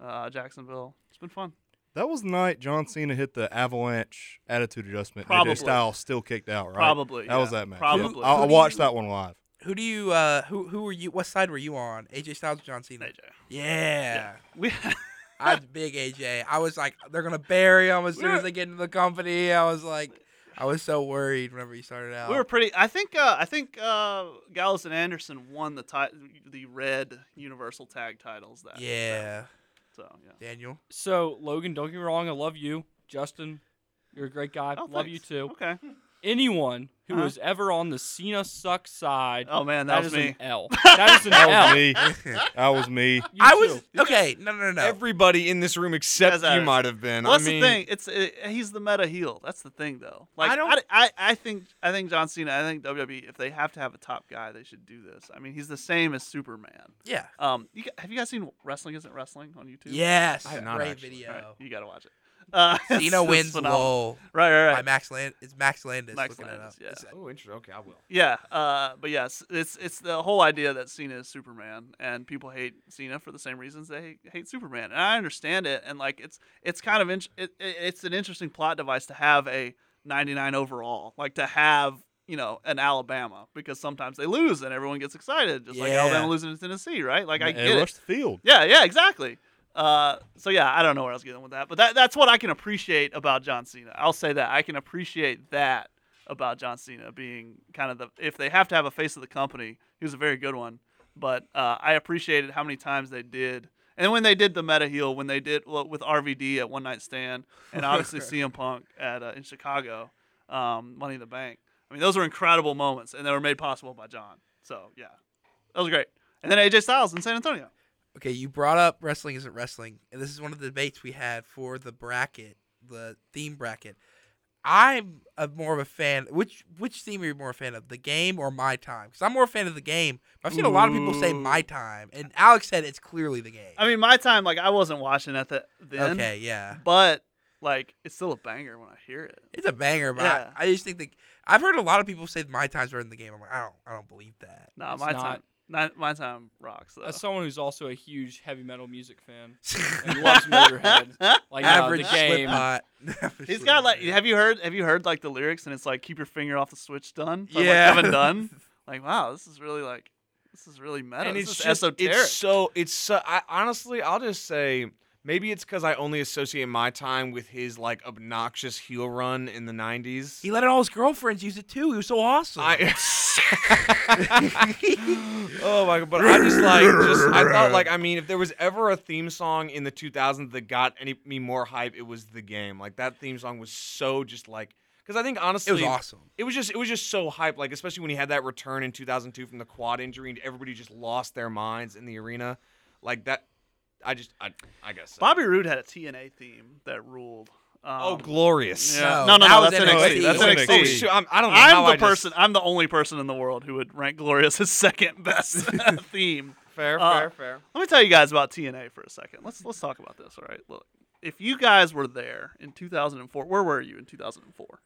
uh, Jacksonville. It's been fun. that was the night John Cena hit the avalanche attitude adjustment. Probably. AJ Styles still kicked out, right? Probably, That was yeah. that match. Probably. I, I Who do watched you- that one live. who do you uh who who were you what side were you on? AJ Styles or John Cena? AJ. Yeah. We I was big AJ. I was like they're gonna bury him as soon as they get into the company. I was like I was so worried whenever he started out. we were pretty. I think uh, I think uh, Gallows and Anderson won the ti- the red Universal Tag titles that. Yeah. So yeah. Daniel. So Logan, don't get me wrong, I love you, Justin. You're a great guy. Oh, love thanks. you too. Okay. Anyone who Uh-huh. was ever on the Cena suck side, Oh man, that, that was is me. an L. That is an That was L. me. That was me. You I too. was okay, no no no. no. Everybody in this room except As I- you might have been. Well, I that's mean, the thing. It's it, he's the meta heel. That's the thing, though. Like I I don't. don't- I, I, I think I think John Cena. I think WWE. If they have to have a top guy, they should do this. I mean, he's the same as Superman. Yeah. Um, you, g- have you guys seen Wrestling Isn't Wrestling on YouTube? Yes. I have not Great actually. All right, video. you gotta watch it. Uh, it's Cena just wins phenomenal. lol Right, right, by right. Max Land. It's Max Landis. Max looking Landis, it up. yeah. It's- Oh, interesting. Okay, I will. Yeah, uh, but yes, it's it's the whole idea that Cena is Superman, and people hate Cena for the same reasons they hate, hate Superman, and I understand it. And like, it's it's kind of in, it, it- it's an interesting plot device to have a 99 overall, like to have you know an Alabama because sometimes they lose and everyone gets excited, just like Yeah. Alabama losing to Tennessee, right? Like I and get it. rush the field. Yeah, yeah, exactly. Uh, so yeah, I don't know where I was getting with that, but that, that's what I can appreciate about John Cena. I'll say that I can appreciate that about John Cena being kind of the if they have to have a face of the company, he was a very good one. But uh, I appreciated how many times they did, and when they did the meta heel, when they did well, with RVD at One Night Stand, and obviously CM Punk at uh, in Chicago, um, Money in the Bank. I mean, those were incredible moments, and they were made possible by John. So yeah, that was great. And then AJ Styles in San Antonio. Okay, you brought up wrestling isn't wrestling, and this is one of the debates we had for the bracket, the theme bracket. I'm a more of a fan. Which which theme are you more a fan of, the game or my time? Because I'm more a fan of the game. But I've seen a lot of people say my time, and Alex said it's clearly the game. I mean, my time, like I wasn't watching at the then. okay, yeah, But like, it's still a banger when I hear it. it's a banger, but Yeah. I, I just think that I've heard a lot of people say my time's better than the game. I'm like, I don't, I don't believe that. Nah, It's Ah, my not. time. Not my time rocks though. As someone who's also a huge heavy metal music fan and loves Motorhead, like uh, Average the game, Slipknot. He's got like. Have you heard? Have you heard like the lyrics? And it's like, keep your finger off the switch, done. Like, Yeah. Kevin Dunn. Like, wow, this is really like, this is really meta. and this it's is just esoteric. it's so it's so I honestly I'll just say maybe it's because I only associate my time with his like obnoxious heel run in the nineties. He let all his girlfriends use it too. He was so awesome. I oh my god! But I just like just I thought like I mean if there was ever a theme song in the 2000s that got any me more hype, it was the game. Like that theme song was so just like because I think honestly it was awesome. it was just it was just so hype like especially when he had that return in 2002 from the quad injury and everybody just lost their minds in the arena like that i just i, I guess so. Bobby Roode had a TNA theme that ruled. Um, oh glorious yeah. No, No, no, that no, was that's NXT. NXT. That's That was NXT. oh shoot I'm, i don't know how I'm I the just- person. I'm the only person in the world who would rank Glorious as second best theme. fair uh, fair fair Let me tell you guys about TNA for a second. Let's let's talk about this. All right, look, if you guys were there in 2004, where were you in 2004?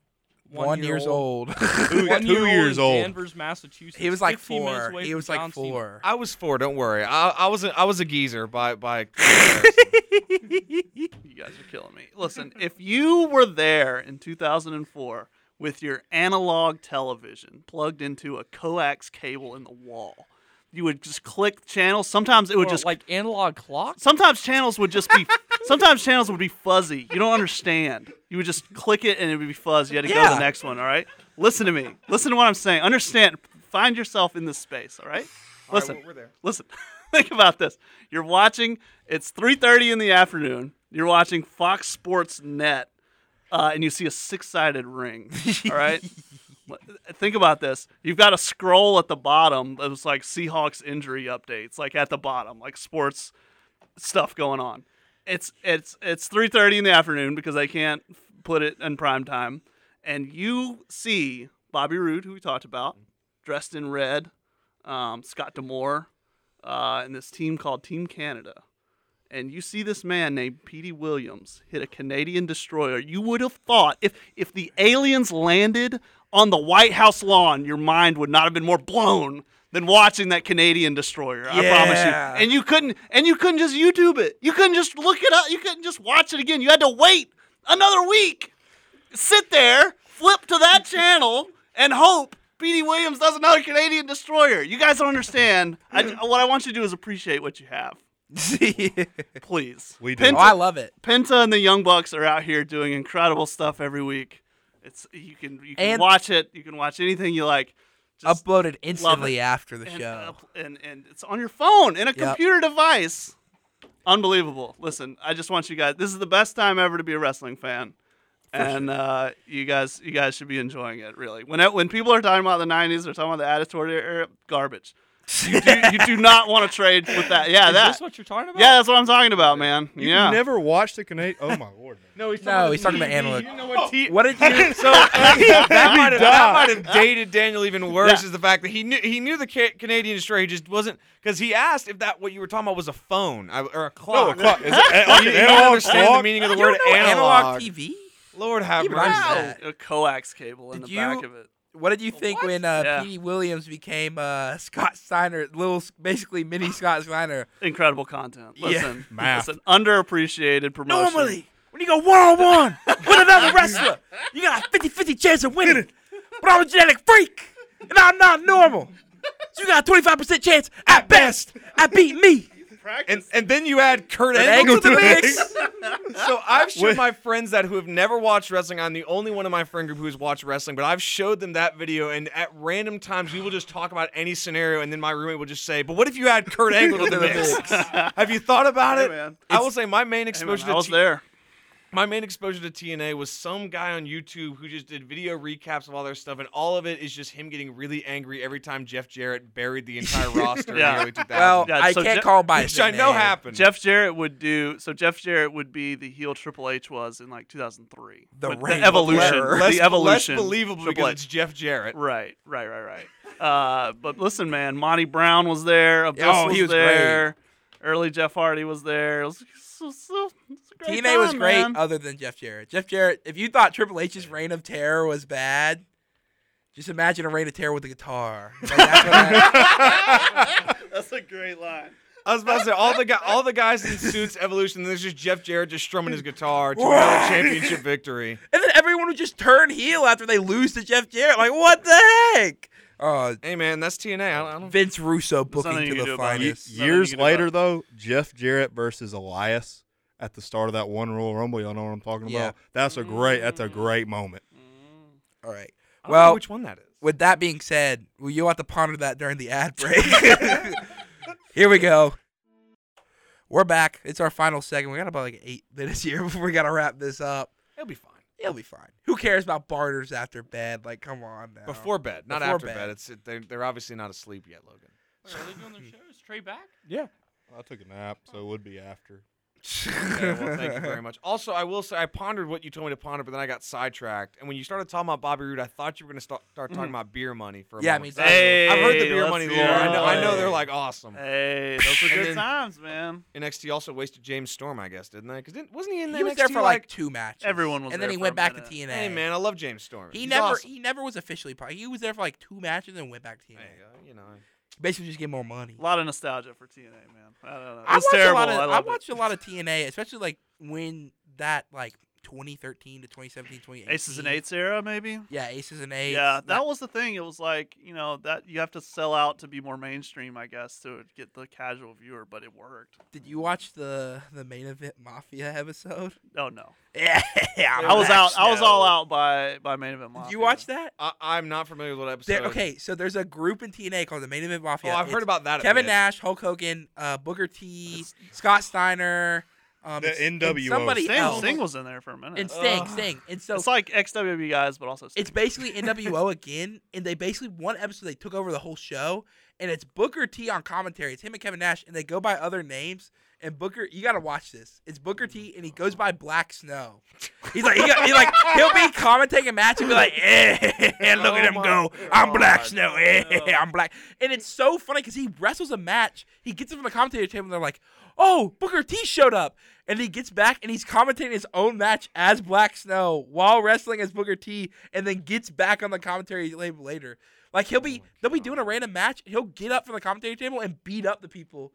One, years old. Two, one two year years old. old. in Danvers, Massachusetts. he was like 15 minutes four. away He from was like John Cena. four. i was four don't worry i, I was a, i was a geezer by by You guys are killing me. Listen, if you were there in 2004 with your analog television plugged into a coax cable in the wall, you would just click channels. Sometimes it would Or, just like analog clocks. Sometimes channels would just be sometimes channels would be fuzzy. You don't understand. You would just click it and it would be fuzzy. You had to go to Yeah. the next one, all right? Listen to me. Listen to what I'm saying. Understand. Find yourself in this space, all right? Listen. we're there. Listen. Think about this. You're watching it's 3:30 in the afternoon. You're watching Fox Sports Net uh, and you see a six-sided ring, all right? uh, think about this. You've got a scroll at the bottom that was like Seahawks injury updates, like at the bottom, like sports stuff going on. It's it's it's three thirty in the afternoon because they can't f- put it in prime time, and you see Bobby Roode, who we talked about, dressed in red, um, Scott Demore, uh, and this team called Team Canada. And you see this man named Petey Williams hit a Canadian destroyer. You would have thought if if the aliens landed on the White House lawn, your mind would not have been more blown than watching that Canadian destroyer. I promise you. Yeah. And you couldn't and you couldn't just YouTube it. You couldn't just look it up. You couldn't just watch it again. You had to wait another week. Sit there, flip to that channel, and hope Petey Williams does another Canadian destroyer. You guys don't understand. I, what I want you to do is appreciate what you have. Please. We do. oh, Penta, I love it. Penta and the Young Bucks are out here doing incredible stuff every week. It's you can you can And- watch it. You can watch anything you like. Just Uploaded instantly after the and, uh, show. up- and and it's on your phone in a computer device. Unbelievable. Listen, I just want you guys. This is the best time ever to be a wrestling fan. and uh, you guys, you guys should be enjoying it. Really, when it, when people are talking about the '90s, they're talking about the Attitude Era garbage. You do, you do not want to trade with that. Yeah, Is that. this what you're talking about? yeah, that's what I'm talking about, man. You yeah. never watched the Canadian. Oh my lord. man. No, he's No, he's talking about TV. analytics. You didn't know what T- What did you? So that, might have, that die. might have dated Daniel even worse Yeah. is the fact that he knew he knew the ca- Canadian destroyer. He just wasn't because he asked if that what you were talking about was a phone I- or a No, clock. a clock. Is it a- like He an didn't analog understand the clock? meaning of the You word don't know analog. TV. Lord have You mercy. remember that. A coax cable in Did the back you- of it. What did you think when uh, Yeah. Petey Williams became uh, Scott Steiner, little, basically mini Scott Steiner? Incredible content. Yeah. Listen, Math. it's an underappreciated promotion. Normally, when you go one on one with another wrestler, you got a 50 50 chance of winning. But I'm a genetic freak, and I'm not normal. So you got a 25% chance at best. I beat me. And and then you add Kurt An Angle. angle to the mix. So I've shown Wait. my friends that who have never watched wrestling. I'm the only one in my friend group who's watched wrestling, but I've showed them that video, and at random times we will just talk about any scenario, and then my roommate will just say, "But what if you add Kurt Angle to the mix? have you thought about Hey, it?" man. I will say my main Hey, man, exposure I to was T- there. my main exposure to TNA was some guy on YouTube who just did video recaps of all their stuff, and all of it is just him getting really angry every time Jeff Jarrett buried the entire roster in Yeah. the early 2000s. Well, Yeah, I so can't Jeff- call him by his which I name, know man. happened. Jeff Jarrett would do so. Jeff Jarrett would be the heel Triple H was in like 2003. The But Ring of evolution, Terror. less, the evolution, less believable Triple because H. it's Jeff Jarrett. Right, right, right, right. Uh, but listen, man, Monty Brown was there. Abyss Yeah, oh, was, he was great. there. Early Jeff Hardy was there. It was, it was- it was a great TNA was time, great, man. other than Jeff Jarrett. Jeff Jarrett, if you thought Triple H's reign of terror was bad, just imagine a reign of terror with a guitar. Like, that's what I- That's a great line. I was about to say all the guy, all the guys in suits evolution. There's just Jeff Jarrett just strumming his guitar to another championship victory. and then everyone would just turn heel after they lose to Jeff Jarrett. Like, what the heck? Uh, Hey man, that's TNA. I don't, I don't Vince Russo nothing booking you to can do the about it. finest. nothing Years you can do later, about though, Jeff Jarrett versus Elias at the start of that one Royal Rumble. Y'all know what I'm talking Yeah. about. That's a great. That's a Mm. great moment. All right. I don't know Well, which one that is. with that being said, well, you'll have to ponder that during the ad break. here we go. We're back. It's our final segment. We got about like eight minutes here before we got to wrap this up. It'll be fine. It'll be fine. Who cares about barters after bed? Like, come on now. Before bed, not Before after bed. bed. It's it, they're, they're obviously not asleep yet, Logan. Wait, are they doing their shows? Trey back? I took a nap, so it would be after. Okay, well, thank you very much. Also, I will say I pondered what you told me to ponder, but then I got sidetracked. And when you started talking about Bobby Roode, I thought you were going to start, start talking about beer money for a yeah, I mean, moment. Hey, I've heard the beer let's money see lore. I know, I it. know they're like awesome. Hey, those were And good then- times, man. NXT also wasted James Storm, I guess, didn't they? Because wasn't he in he NXT was there for like like, two matches. Everyone was and then there he for went a back minute. to TNA. Hey man, I love James Storm. he He's never awesome. he never was officially part. He was there for like two matches and went back to TNA. Hey, uh, you know. Basically, just get more money. A lot of nostalgia for TNA, man. I don't know. I It's watched terrible. A lot of, I I, loved it. watched a lot of TNA, especially like when that like 2013 to 2017, 2018. Aces and Eights era, maybe. Yeah, Aces and Eights. Yeah, that was the thing. It was like you know that you have to sell out to be more mainstream, I guess, to get the casual viewer. But it worked. Did you watch the the main event Mafia episode? Oh no, Yeah, I was out. I was all Snow. out by by main event. Did Mafia. you watch that? I, I'm not familiar with what episode. There, okay, so there's a group in TNA called the Main Event Oh, Mafia. I've heard It's about that. a Kevin bit. Nash, Hulk Hogan, uh, Booker T, Scott Steiner, um, The it's- and NWO. somebody Sting, else, Sting was in there for a minute. Uh, and Sting, Ugh. Sting, and so it's like XWB guys, but also Sting. it's basically NWO again, and they basically one episode they took over the whole show, and it's Booker T on commentary. It's him and Kevin Nash, and they go by other names. And Booker, you gotta watch this. It's Booker T, and he goes by Black Snow. He's like, he, got- he like he'll be commentating a match and be like, eh, look at him go, I'm Black Snow, eh, I'm Black, and it's so funny because he wrestles a match, he gets up on the commentator table, and they're like, oh, Booker T showed up, and he gets back and he's commentating his own match as Black Snow while wrestling as Booker T, and then gets back on the commentary label later. Like he'll Oh be, they'll be doing a random match. He'll get up from the commentary table and beat up the people,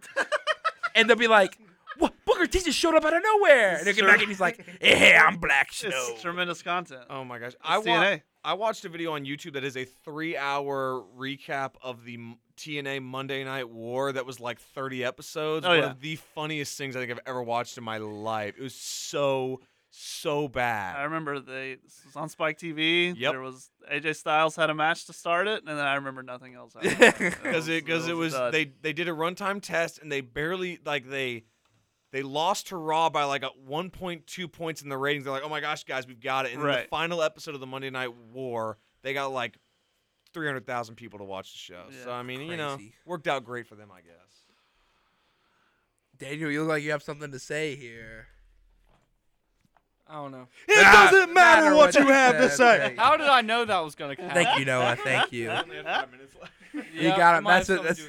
and they'll be like, "What? Booker T just showed up out of nowhere." And he'll get back and he's like, "Yeah, I'm Black Snow." It's tremendous content. Oh my gosh, I TNA. watched. I watched a video on YouTube that is a three-hour recap of the M- TNA Monday Night War that was like 30 episodes. Oh, One yeah. of the funniest things I think I've ever watched in my life. It was so so I bad. remember they this was on Spike TV. Yep. There was AJ Styles had a match to start it, and then I remember nothing else. Because Because it because it was they they did a runtime test and they barely like they they lost to Raw by like a 1.2 points in the ratings. They're like, oh my gosh, guys, we've got it. And then the Right. final episode of the Monday Night War, they got like 300,000 people to watch the show. Yeah, so I mean, you know, crazy. worked out great for them, I guess. Daniel, you look like you have something to say here. I don't know. It Ah, doesn't matter what you have to said. say. How did I know that was gonna happen? Thank you, Noah. Thank you. only have five minutes left. You Yeah, got it him. might have That's a something to that's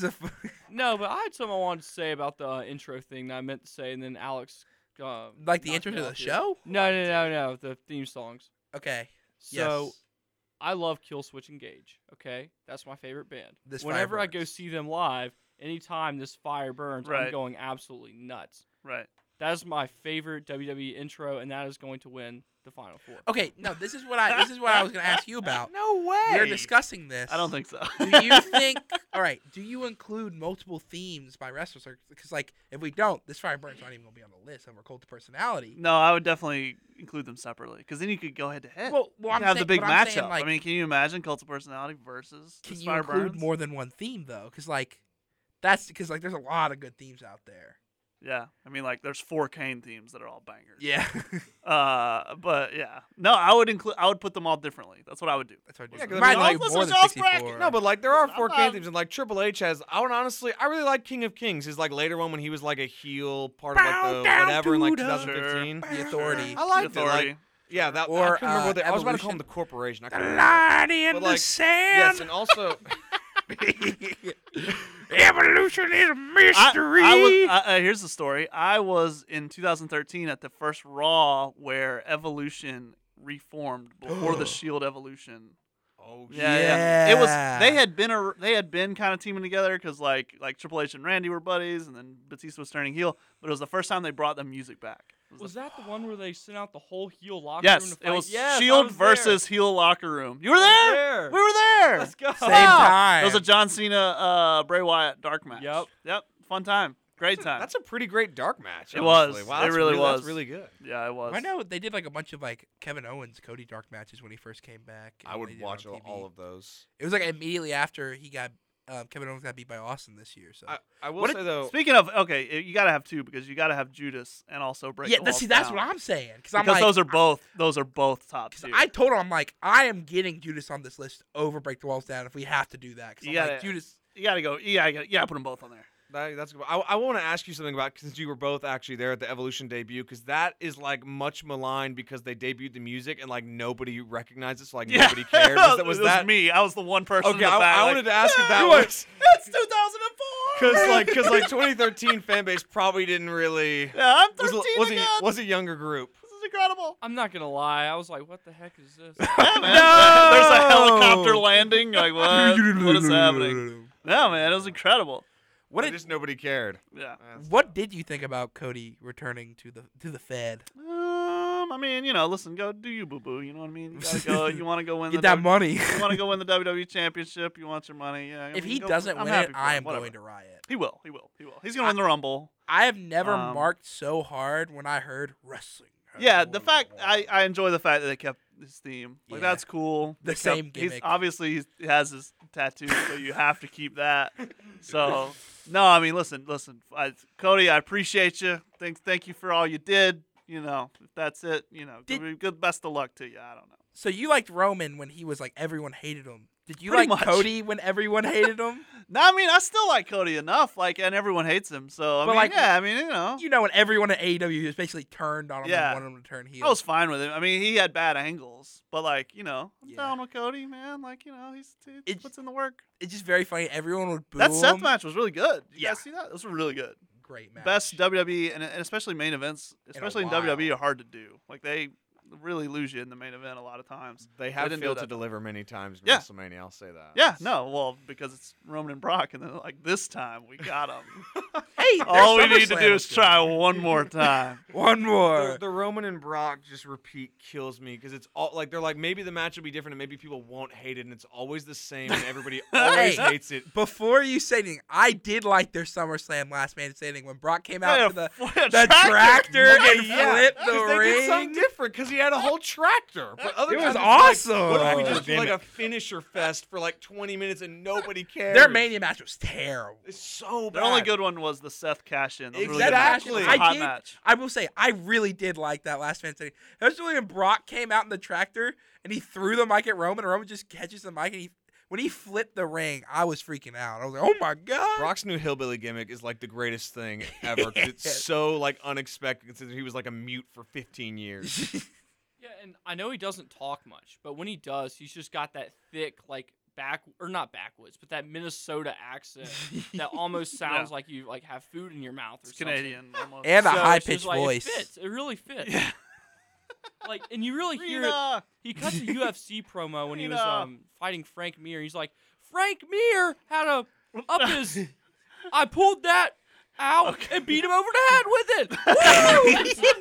do with that. that's a. No, but I had something I wanted to say about the uh, intro thing that I meant to say, and then Alex. Uh, Like the knocked intro me to the off here. show? No, no, no, no. The theme songs. Okay. So yes. I love Kill Switch Engage. Okay, that's my favorite band. This fire Whenever I go burns. see them live, anytime this fire burns, I'm Right. going absolutely nuts. Right. That is my favorite WWE intro, and that is going to win the final four. Okay. No, this is what I this is what I was gonna ask you about. No We way. are discussing this. I don't think so. do you think? All right. Do you include multiple themes by wrestlers? Because like, if we don't, this fire burns aren't even gonna be on the list. And we're cult of personality. no, I would definitely include them separately because then you could go head to head. Well, well, I'm have saying- the big but I'm saying, matchup. like, I mean, can you imagine Cult of Personality versus can this you Fire include Burns? more than one theme though? Because like, that's because like, there's a lot of good themes out there. Yeah, I mean, like there's four Kane themes that are all bangers. Yeah. Uh, but yeah, no, I would include. I would put them all differently. That's what I would do. that's what I do. Yeah, 'cause I Mine mean, like all more listeners than all 64. No, but like there are I'm four not- King themes, and like Triple H has. I would honestly, I really like King of Kings. His like later one when he was like a heel part of like Bow the down whatever in like to the- 2015. the authority. I liked the it. authority. Like, yeah, that Or, I can't remember uh, what they, I was about to call Evolution. him the corporation. I The can't remember. line in But, the like, Yes, sand. and also Evolution is a I, mystery. I was, I, uh, here's the story. I was in 2013 at the first Raw where Evolution reformed before the Shield E Evolution. oh Yeah, yeah. It was Yeah. they had been a, they had been kind of teaming together because like like Triple H and Randy were buddies, and then Batista was turning heel. But it was the first time they brought the music back. It was the Was that the one where they sent out the whole heel locker room? Yes, to it fight? was Yes, I E Shield was there. versus heel locker room. You were there? there. We were there. Let's go. Same Wow. time. It was a John Cena uh, Bray Wyatt dark match. Yep. Yep. Fun time. Great time. that's a pretty great dark match. It was. honestly. Wow, It that's really really That's was. really good. yeah, it was. I know they did like a bunch of like Kevin Owens, Cody Dark matches when he first came back. and I they did would it on watch all, TV. all of those. It was like immediately after he got um, Kevin Owens got beat by Austin this year. So I, I will What say did- though, Speaking of, okay, i- you gotta have two because you gotta have Judas and also break. yeah, the that- Walls see, that's Down. what I'm saying because I'm Because like those are both those are both top Because two. I told him, I'm like, I am getting Judas on this list over Break the Walls Down if we have to do that. Because You I'm like, gotta- Judas. you gotta go. Yeah, yeah, yeah. Put them both on there. That, that's good. I, I want to ask you something about since you were both actually there at the Evolution debut because that is like much maligned because they debuted the music and like nobody recognized it, so like nobody cared. Was that, was It that me? I was the one person. in Okay, the I, back, I like, wanted to ask if that "Yeah, was It's 2004. because like because like 2013 fan base probably didn't really Yeah, I'm was 13 a, was again. a, was a younger group. this is incredible. I'm not gonna lie. I was like, what the heck is no! this? There's a helicopter landing. Like what? Uh, what is happening? No, man, it was incredible. What did, just nobody cared. Yeah. What did you think about Cody returning to the to the Fed? Um, I mean, you know, listen, go do you, boo boo. You know what I mean? You gotta go. You want to go win Get the that W- money. You want to go win the WWE championship. You want your money. Yeah. I if mean, he go- doesn't I'm win happy it, for I him, am whatever. going to riot. He will. He will. He will. He's gonna win the Rumble. I have never Um, marked so hard when I heard wrestling. Yeah. The fact I I enjoy the fact that they kept his theme. Like Yeah. that's cool. The They kept- same he's- gimmick. obviously he's, he has his tattoo, so you have to keep that. So. No, I mean, listen, listen, I, Cody. I appreciate you. Thank, thank you for all you did. You know, if that's it, you know, Did- good, good, best of luck to you. I don't know. So you liked Roman when he was like everyone hated him. Did you Pretty like much. Cody when everyone hated him? No, I mean I still like Cody enough, like, and everyone hates him. So I But, mean, like, yeah, I mean, you know, you know, when everyone at AEW just basically turned on him Yeah. and wanted him to turn heel. I was fine with him. I mean, he had bad angles, but like, you know, I'm Yeah. down with Cody, man. Like, you know, he's he It's- puts in the work. it's just very funny. Everyone would boo That Seth him. match was really good. You Yeah. guys see that? It was really good. Great match. Best WWE and, and especially main events, especially in, while. WWE, are hard to do. Like they really lose you in the main event a lot of times. They have didn't do failed to that. deliver many times in Yeah. WrestleMania. I'll say that. Yeah, no, well, because it's Roman and Brock, and then like this time we got him. Hey, All we their need to SummerSlam do was is good. try one more time. one The, more. the Roman and Brock just repeat kills me because it's all like they're like maybe the match will be different and maybe people won't hate it and it's always the same and everybody always Hey. hates it. Before you say anything, I did like their SummerSlam Last Man Standing when Brock came They out had for the, a fucking the tractor and because flipped the they did something ring. different because he had a whole tractor. But other It was times it's Like, awesome. what if we Oh, just do damn like it. a finisher fest for like 20 minutes and nobody cares? Their Mania match was terrible. It's so bad. The only good one was the Seth cash in. That match- Exactly. Really I good. It was a hot did. match. I will say, I really did like that Last Man Standing. Especially when Brock came out in the tractor and he threw the mic at Roman, and Roman just catches the mic and he When he flipped the ring, I was freaking out. I was like, "Oh my god!" Brock's new hillbilly gimmick is like the greatest thing ever. 'cause It's so like unexpected considering he was like a mute for 15 years. Yeah, and I know he doesn't talk much, but when he does, he's just got that thick, like back or not backwoods, but that Minnesota accent that almost sounds like you like have food in your mouth or It's something. Canadian. almost. and a So it's high just pitched like, voice. It fits. It really fits. like, and you really hear it. Rita! He cuts a UFC promo when he was Rita. um, fighting Frank Mir. He's like, Frank Mir had a up his. I pulled that out and beat him over the head with it.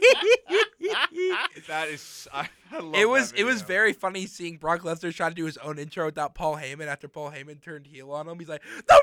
that is, I, I love It was that it was video. very funny seeing Brock Lesnar try to do his own intro without Paul Heyman after Paul Heyman turned heel on him. He's like, "The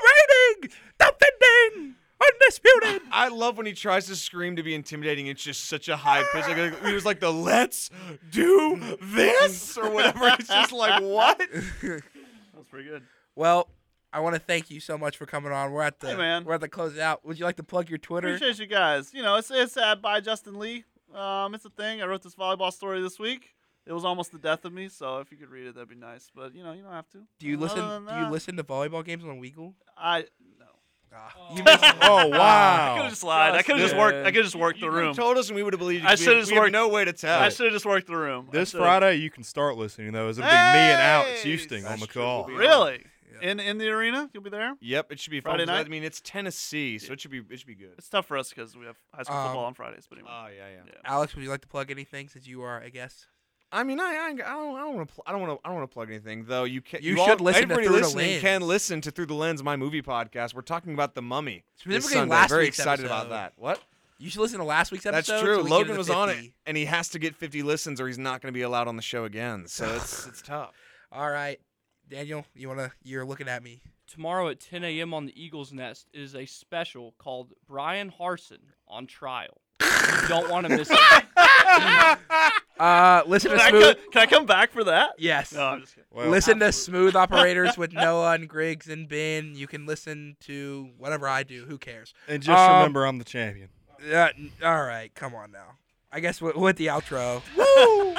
rating, defending, undisputed." I love when he tries to scream to be intimidating. It's just such a high pitch. Like, he was like the "Let's do this" or whatever. It's just like what? That's pretty good. well, I want to thank you so much for coming on. We're at the Hey, man. we're at the close out. Would you like to plug your Twitter? Appreciate you guys. You know, it's it's uh, by Justin Lee. Um, it's a thing. I wrote this volleyball story this week. It was almost the death of me, so if you could read it, that'd be nice. But you know, you don't have to. Do you Other listen? than Do you that, listen to volleyball games on Weagle? I no. Oh I could have wow! just lied. I could have just worked. I could just worked the You could've room. told us and we would have believed you. I We- should've just we have worked- no way to tell. I should have just worked the room. I This should've- Friday you can start listening though. It's gonna be me and Alex Hey! Houston on That's the true. call. We'll be Really? In in the arena? You'll be there. Yep, it should be Friday fun. 'cause I night? mean, it's Tennessee, so it should be it should be good. It's tough for us because we have high school Um, football on Fridays. But anyway, Oh yeah, yeah. Alex, would you like to plug anything since you are a guest? I mean, I, I, I don't, I don't want to, pl- I don't want to, I don't want to plug anything though. You can, You should listen to everybody Through the listening Lens. can listen to Through the Lens, my movie podcast. We're talking about the Mummy. this Specifically Sunday. last Very week's excited about episode. that. What? You should listen to last week's episode. That's so true. we get Logan to was on it, 50. and he has to get 50 listens, or he's not going to be allowed on the show again. So it's it's tough. All right, Daniel, you wanna? You're looking at me. tomorrow at 10 a.m. on the Eagles Nest is a special called Brian Harson on Trial. You don't want to miss it. Uh, listen to can I, smooth. co- can I come back for that? Yes. No, I'm just kidding. Well, listen to Smooth Operators with Noah and Griggs and Ben. You can listen to whatever I do. Who cares? and just um, remember, I'm the champion. Uh, n- all right, come on now. I guess with, with the outro. Woo!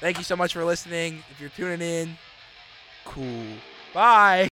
Thank you so much for listening. If you're tuning in, cool. Bye.